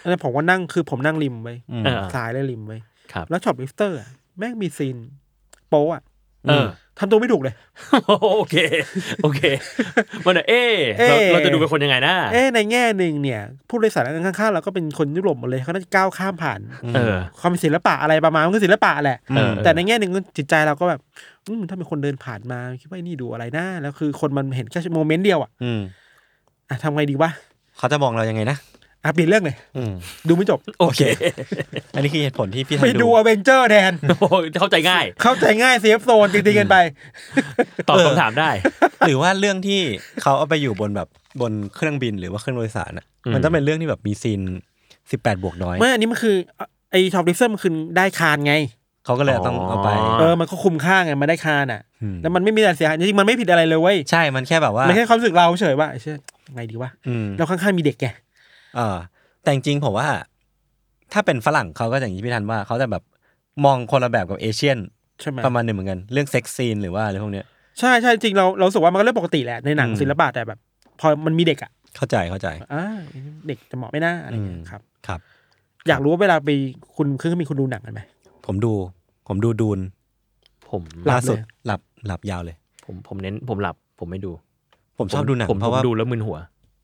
Speaker 4: แล้วผมก็นั่งคือผมนั่งริมไว้ย
Speaker 2: อืม
Speaker 3: เออ
Speaker 4: ซ้ายและริมไว้ย
Speaker 3: ครับ
Speaker 4: แล้วช็อปลิฟเตอร์อะแม่งมีซีนโป๊อะ
Speaker 3: เออ
Speaker 4: ทำตัวไม่ถูกเลย
Speaker 3: โอเค โอเค มันอะเอ๊ะเรา
Speaker 4: เอ๊ะ
Speaker 3: เราจะดูเป็นคนยังไงนะ
Speaker 4: เอ้ในแง่หนึ่งเนี่ยผู้โดยสารข้างๆเราก็เป็นคนยุโรปหมดเลยเขาน่าจะก้าวข้ามผ่าน
Speaker 3: เออ
Speaker 4: ความเป็นศิลปะอะไรประมาณมันก็ศิลปะแหละ
Speaker 3: เออ
Speaker 4: แต่ในแง่หนึ่งจิตใจเราก็แบบอืมถ้าเป็นคนเดินผ่านมาคิดว่าไอ้นี่ดูอะไรนะแล้วคือคนมันเห็นแค่โมเมนต์เดียวอะ
Speaker 2: อืม
Speaker 4: อ่ะทำไงดีวะ
Speaker 2: เขาจะมองเรายังไงนะ
Speaker 4: อ่ะเปลี่ยนเรื่องเลย
Speaker 2: อืม
Speaker 4: ดูไม่จบ
Speaker 3: โอ <laughs> เค
Speaker 2: อันนี้คือเหตุผลที่พี่
Speaker 4: ไป
Speaker 2: ทันดู
Speaker 4: ดูอเวนเจอร์แทน
Speaker 3: โอ้โหเข้าใจง่าย
Speaker 4: เข้าใจง่ายเซฟโซนจริงๆกันไป
Speaker 3: ตอบคำถามได้
Speaker 2: หรือว่าเรื่องที่เขาเอาไปอยู่บนแบบบนเครื่องบินหรือว่าเครื่องโดยสารอ่ะ
Speaker 3: อืม
Speaker 2: มันต้องเป็นเรื่องที่แบบมีซีนสิบแปดบวกน้อย
Speaker 4: ไม่อันนี้มันคือไอช็อปลิฟเซอร์มันคือได้คานไง
Speaker 2: เขาก็เลยต้องเอาไป
Speaker 3: อ๋อ
Speaker 4: เออ มันก็คุ้มค่าไงมันได้คานอ่ะ
Speaker 2: อืม
Speaker 4: แล้วมันไม่มีอะไรเสียหายจริงๆมันไม่ผิดอะไรเลยเว้ย
Speaker 2: ใช่มันแค่แบบว่า
Speaker 4: มันแค่ความรู้สึกเราเฉยว่าไอ้เช่ยไงดีวะ
Speaker 2: อืม
Speaker 4: แล้วข้างๆมีเด็กไง
Speaker 2: เออแต่จริงๆผมว่า ถ้าเป็นฝรั่งเขาก็อย่างที่พี่ทันว่าเขาจะแบบมองคนละแบบกับเอเชียน
Speaker 4: ใช่ไหม
Speaker 2: ประมาณหนึ่งเหมือนกัน เรื่องเซ็กซ์ซีนหรือว่าอะไรพวกเนี้ย
Speaker 4: ใช่ใช่จริงเราเรารู้สึกว่ามันก็เรื่องปกติแหละในหนัง
Speaker 2: อืม
Speaker 4: ศิลปะแต่แบบ พอมันมีเด็กอ่ะ
Speaker 2: เข้าใจเข้าใจ
Speaker 4: อ่าเด็กจะเหมาะไม่น่าอะไรเงี้ย
Speaker 2: อืม
Speaker 4: ครับ
Speaker 2: ครับ
Speaker 4: อยากรู้ว่าเวลาไปคุณเครื่องบินคุณดูหนังกันไหม
Speaker 2: ผมดู ผมดูดูน
Speaker 3: ผม
Speaker 4: หลับ
Speaker 2: ล่าสุด
Speaker 4: เลย
Speaker 2: หลับหลับยาวเลย
Speaker 3: ผมผมเน้นผมหลับผมไม่ดู
Speaker 2: ผมชอบดูหนัง
Speaker 3: ผม
Speaker 2: เพราะว่า
Speaker 3: ผมดูแล้วมึนหัว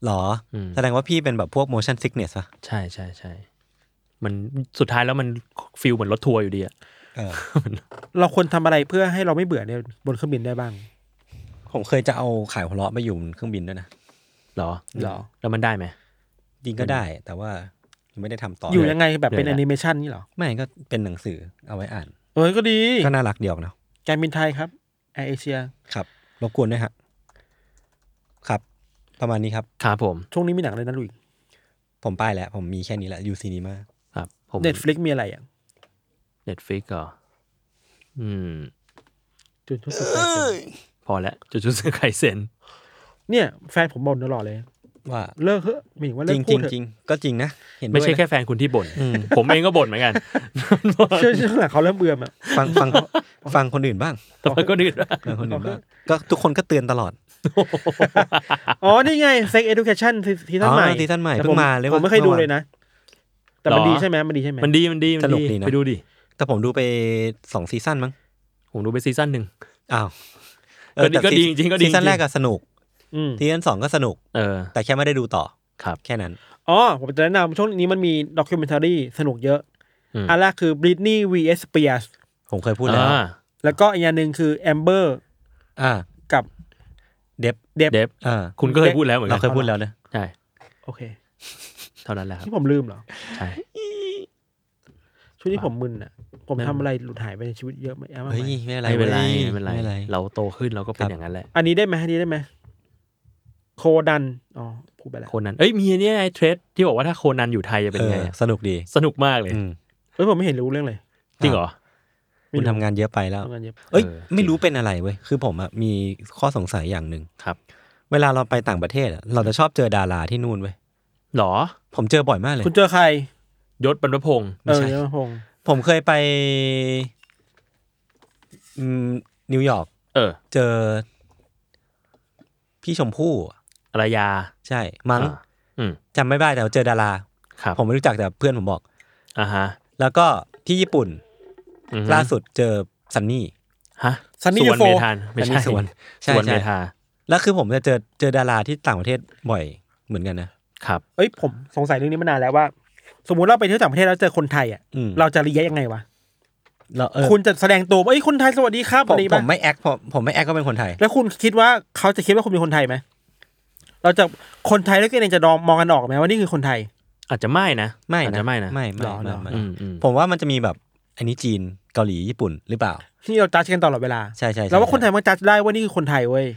Speaker 2: หรออ
Speaker 3: ม
Speaker 2: แสดงว่าพี่เป็นแบบพวก motion sickness ป่ะ
Speaker 3: ใช่ใช่ใช่ มันสุดท้ายแล้วมันฟิลเหมือนรถทัวร์อยู่ดีอะ
Speaker 2: เออ
Speaker 4: เราควรทำอะไรเพื่อให้เราไม่เบื่อในบนเครื่องบินได้บ้าง
Speaker 2: ผมเคยจะเอาขายหัวเราะไปอยู่บนเครื่องบินด้วยนะ
Speaker 3: เหรอ
Speaker 4: เหรอ
Speaker 3: แล้วมันได้ไหม
Speaker 2: จริงก็ได้ แต่ว่าไม่ได้ทำต่อ
Speaker 4: อยู่ยังไงแบบเป็น
Speaker 3: เหนื่
Speaker 4: แอ
Speaker 3: อยละ
Speaker 4: นิเมชันนี่เหรอ
Speaker 2: ไม่ก็เป็นหนังสือเอาไว้อ่าน
Speaker 4: เออก็ดี
Speaker 2: ก็น่ารักเดียวนะ
Speaker 4: การบินไทยครับแอร์เอเชีย
Speaker 2: ครับรบกวนด้วยฮะครับ ประมาณนี้ครับ
Speaker 3: ครับผม
Speaker 4: ช่วงนี้มีหนังอะไรนะลุย
Speaker 2: ผมไปแล้ว ผมมีแค่นี้แหละอยู่ซีนีมา
Speaker 3: ครับผม
Speaker 4: เน็ตฟลิกมีอะไรอย่าง
Speaker 3: เน็ตฟิกก็อืม
Speaker 4: จุนทุกสุดท้ายเซ็น
Speaker 3: พอแล้วจุดจุดไคเซน
Speaker 4: เนี่ยแฟนผมบ่นตลอดเลย
Speaker 2: ว่า
Speaker 4: เลิกเถอะหมายถึงว่าเลิ
Speaker 2: จริง
Speaker 4: ก
Speaker 2: จริ
Speaker 4: พูด
Speaker 2: ง
Speaker 4: เถอะ
Speaker 2: จริงก็จริงนะ เห็นด้วย
Speaker 3: ไม่ใช่
Speaker 2: นะ
Speaker 3: แค่แฟนคุณที่บ่นผมเองก็บ่นเหมือนกัน
Speaker 4: เชื่อช่วงหลังเขาเริ่มเบื่อมัน
Speaker 2: ฟังฟัง
Speaker 3: <laughs>
Speaker 2: ฟั <laughs> งคนอื่นบ้าง
Speaker 3: แต่ว่าก็ <laughs> ดื้อ
Speaker 2: ฟังคนอื่นบ้างก็ทุกคนก็เตือนตลอด
Speaker 4: อ๋อ นี่ไง Sex Education ซีซั่น
Speaker 2: อ๋อ
Speaker 4: ใหม่
Speaker 2: ซีซั่นใหม่
Speaker 4: แต่
Speaker 2: เพิ่งมาเลย
Speaker 4: ผ
Speaker 2: ว่ะ
Speaker 4: มไม่เคยดู
Speaker 2: เมื่อวาน
Speaker 4: เลยนะ แต่มันดีใช่ไหมมันดีใช่ไหม
Speaker 3: มันดีมันดีมั
Speaker 2: ส
Speaker 3: น
Speaker 2: นุก
Speaker 3: ดี
Speaker 2: ดีนะ
Speaker 3: ไปดูดิ
Speaker 2: แต่ผมดูไปสองซีซั่นมั้ง
Speaker 3: ผมดูไปซีซั่นหนึ่ง
Speaker 2: อ้าว
Speaker 3: ก็ดีก็ดีจริงๆก็ดีจริงๆ
Speaker 2: ซีซั่นแรกก็สนุก
Speaker 4: อืม
Speaker 2: ซีซั่นสองก็สนุก
Speaker 3: เออ
Speaker 2: แต่แค่ไม่ได้ดูต่อ
Speaker 3: ครับ
Speaker 2: แค่นั้น
Speaker 4: อ๋อ ผมจะแนะนำช่วงนี้มันมีด็อกิเมนทารีสนุกเยอะ
Speaker 3: อืม
Speaker 4: อันแรกคือ Britney vs Spears
Speaker 2: ผมเคยพูดแล้ว
Speaker 3: อ่า
Speaker 4: แล้วก็อีกอย่างหนึ่งคือ Amber
Speaker 2: อ่า
Speaker 4: กับ
Speaker 2: เดฟ
Speaker 4: เดฟ
Speaker 3: เดฟ
Speaker 2: อ่า
Speaker 3: คุณก็เคยพูดแล้วเหมือน
Speaker 2: เรา
Speaker 3: กัน
Speaker 2: เคยพูดแล้วนะ
Speaker 3: ใช่
Speaker 4: โอเค
Speaker 3: เท่านั้นแหละครับ
Speaker 4: ที่ผมลืมเหรอ
Speaker 3: ใช่
Speaker 4: ช่วงนี้ผมมึนอ่ะ ผมทำอะไรหลุดหายไปในชีวิตเยอะไหมากมาย
Speaker 2: เฮ้ยไม่เป็นไร
Speaker 3: ไม่เป็นไร
Speaker 2: ว้ย
Speaker 3: ไม่เป็นไร เราโตขึ้นเราก็เป็นอย่างนั้นแหละ
Speaker 4: อันนี้ได้ไหมอันนี้ได้ไหมโคดัน อ๋อ พูดไปแล้ว
Speaker 3: โคนันเอ้ยมีอันเนี้ยไอ้เทรดที่บอกว่าถ้าโคนันอยู่ไทยจะเป็น
Speaker 2: เออ
Speaker 3: ไงอะ
Speaker 2: สนุกดี
Speaker 3: สนุกมากเลย
Speaker 2: อืม
Speaker 4: เฮ้ยผมไม่เห็นรู้เรื่องเลย
Speaker 3: จริงเหรอ
Speaker 4: ไม่
Speaker 2: คุณ
Speaker 4: รู้
Speaker 2: ทำงานเยอะไปแล้ว
Speaker 4: ทำงานเยอะ
Speaker 2: เอ้ย
Speaker 3: เออ
Speaker 2: ไม่รู้เป็นอะไรเว้ย คือผมอะมีข้อสงสัยอย่างหนึ่ง
Speaker 3: ครับ
Speaker 2: เวลาเราไปต่างประเทศอะเราจะชอบเจอดาราที่นู่นเว้ย
Speaker 3: หรอ
Speaker 2: ผมเจอบ่อยมากเลย
Speaker 4: คุณเจอใคร
Speaker 3: ยศบรรพพงศ์
Speaker 4: เออ
Speaker 2: ใช่
Speaker 4: เยมพงศ์
Speaker 2: ผมเคยไปอืมนิวยอร์ก
Speaker 3: เออ
Speaker 2: เจอ พี่ชมพู่อะ
Speaker 3: อรยา
Speaker 2: ใช่ มั้ง
Speaker 3: อ่าอืม
Speaker 2: จำไม่ได้แต่ว่าเจอดารา
Speaker 3: ครับ
Speaker 2: ผมไม่รู้จักแต่เพื่อนผมบอก
Speaker 3: อ่าฮะ
Speaker 2: แล้วก็ที่ญี่ปุ่น
Speaker 3: อือฮึ
Speaker 2: ล่าสุดเจอซันนี่
Speaker 3: ฮะ
Speaker 4: ซันนี่
Speaker 3: ส
Speaker 4: ยู
Speaker 3: วน
Speaker 4: โฟ
Speaker 3: เมธานไม่
Speaker 2: อันนี้
Speaker 3: ใช่
Speaker 2: สวนใช่
Speaker 3: สวน
Speaker 2: ใช่
Speaker 3: เมธา
Speaker 2: แล้วคือผมจะเจอเจอดาราที่ต่างประเทศบ่อยเหมือนกันนะ
Speaker 3: ครับ
Speaker 4: เอ้ยผมสงสัยเรื่องนี้มานานแล้วว่า สมมุติเราไปเที่ยวต่างประเทศแล้วเจอคนไทยอ่ะ
Speaker 2: อืม
Speaker 4: เราจะรีแยกยังไงวะ
Speaker 2: เราเออ
Speaker 4: คุณจะแสดงตัวว่าเอ้ยคนไทยสวัสดีครับ
Speaker 2: ผ
Speaker 4: อะ
Speaker 2: ม
Speaker 4: ไร
Speaker 2: ผ
Speaker 4: บ้าง
Speaker 2: มไม่แอคผมผมไม่แอคก็เป็นคนไทย
Speaker 4: แล้วคุณคิดว่าเขาจะคิดว่าคุณเป็นคนไทยไหม เราจะคนไทยแล้วกันเองจะมองมองกันออกไหมว่านี่คือคนไทย
Speaker 3: อาจจะไม่นะ
Speaker 2: ไม่
Speaker 3: อาจ
Speaker 2: นะ
Speaker 3: จะไม่นะ
Speaker 2: ไม่ไม่
Speaker 4: หรอหรอ
Speaker 2: ไม่
Speaker 3: อื
Speaker 2: ไม่
Speaker 3: มอืม
Speaker 2: ผมว่ามันจะมีแบบอันนี้จีนเกาหลีญี่ปุ่นหรือเปล่า
Speaker 4: ที่เราจัดกันตลอดเวลา
Speaker 2: ใช่ใช่ใช่
Speaker 4: เราว่าคนไทยมันจัดได้ว่านี่คือคนไทยเว้ย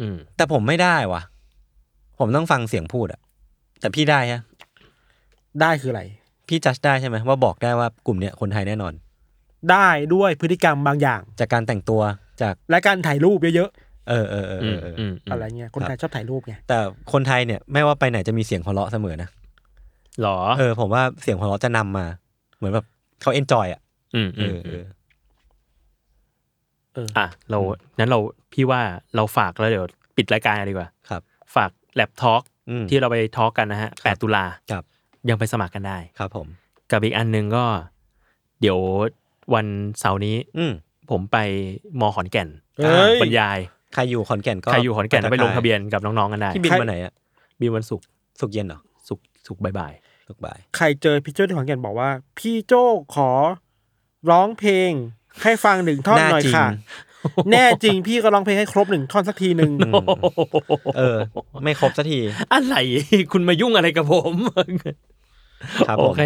Speaker 3: อืม
Speaker 2: แต่ผมไม่ได้ว่ะ ผมต้องฟังเสียงพูดอะแต่พี่ได้ฮะ
Speaker 4: ได้คืออะไร
Speaker 2: พี่จัดได้ใช่ไหมว่าบอกได้ว่ากลุ่มเนี้ยคนไทยแน่นอน
Speaker 4: ได้ด้วยพฤติกรรมบางอย่าง
Speaker 2: จากการแต่งตัวจาก
Speaker 4: และการถ่ายรูปเยอะ
Speaker 2: เออเออเออเออเอออ
Speaker 3: อืม
Speaker 4: ๆ อะไรเงี้ย คนไทยชอบถ่ายรูปไง
Speaker 2: แต่คนไทยเนี่ยไม่ว่าไปไหนจะมีเสียงหัวเราะเสมอนะ
Speaker 3: หรอ
Speaker 2: เออผมว่าเสียงหัวเราะจะนำมา เหมือนแบบเขาเอนจอยอ่ะ
Speaker 3: อืม
Speaker 2: เอ
Speaker 3: อืม
Speaker 2: อเออ
Speaker 3: อ่ะเรานั้นเราพี่ว่าเราฝากแล้วเดี๋ยวปิดรายการดีกว่า
Speaker 2: ครับ
Speaker 3: ฝากแลบทอล์ก
Speaker 2: อืม
Speaker 3: ที่เราไปทอล์กกันนะฮะ
Speaker 2: ครับ
Speaker 3: 8ตุลา
Speaker 2: ครับ
Speaker 3: ยังไปสมัครกันได้
Speaker 2: ครับผม
Speaker 3: กับอีกอันหนึ่งก็ เดี๋ยววันเสาร์นี้
Speaker 2: อืม
Speaker 3: ผมไปมอขอนแก่น
Speaker 4: เฮ้ย
Speaker 3: บรรยาย
Speaker 2: ใครอยู่ขอนแก่นก็
Speaker 3: ใครอยู่ขอนแก่นไปลงทะเบียนกับน้องๆกันได้
Speaker 2: ที่บินมาไหนอะ
Speaker 3: บินวันศุกร์
Speaker 2: สุกร์เย็นเหรอ
Speaker 3: ศุกร์ศุกร์บ่าย
Speaker 2: สุกร์บ่าย
Speaker 4: ใครเจอพี่โจ้ที่ขอนแก่นบอกว่า พี่โจ้ขอร้องเพลง ให้ฟังหนึ่งท่อน
Speaker 2: แน่
Speaker 4: หน่อย
Speaker 2: จริง
Speaker 4: ค่ะ แน่จริงพี่ก็ร้องเพลงให้ครบหนึ่งท่อนสักทีหนึ่ง
Speaker 2: เออ ไม่ครบสักที
Speaker 3: ๆอะไร คุณมายุ่งอะไรกับผม
Speaker 2: ครับผ
Speaker 3: โอ
Speaker 2: ม
Speaker 3: เค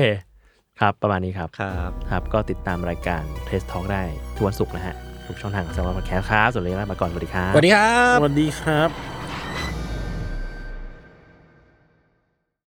Speaker 3: ครับประมาณนี้ครับ
Speaker 2: ครับ
Speaker 3: ครับ ก็ติดตามรายการเทสทอ a l k ได้ทุกวันศุกร์นะฮะทุกช่องทางของสวัสดิ์แคสครับส่วนเรื่องแรกมาก่อนสวัสดีครับ
Speaker 2: สวัสดีครับ
Speaker 4: สวัสดีครับ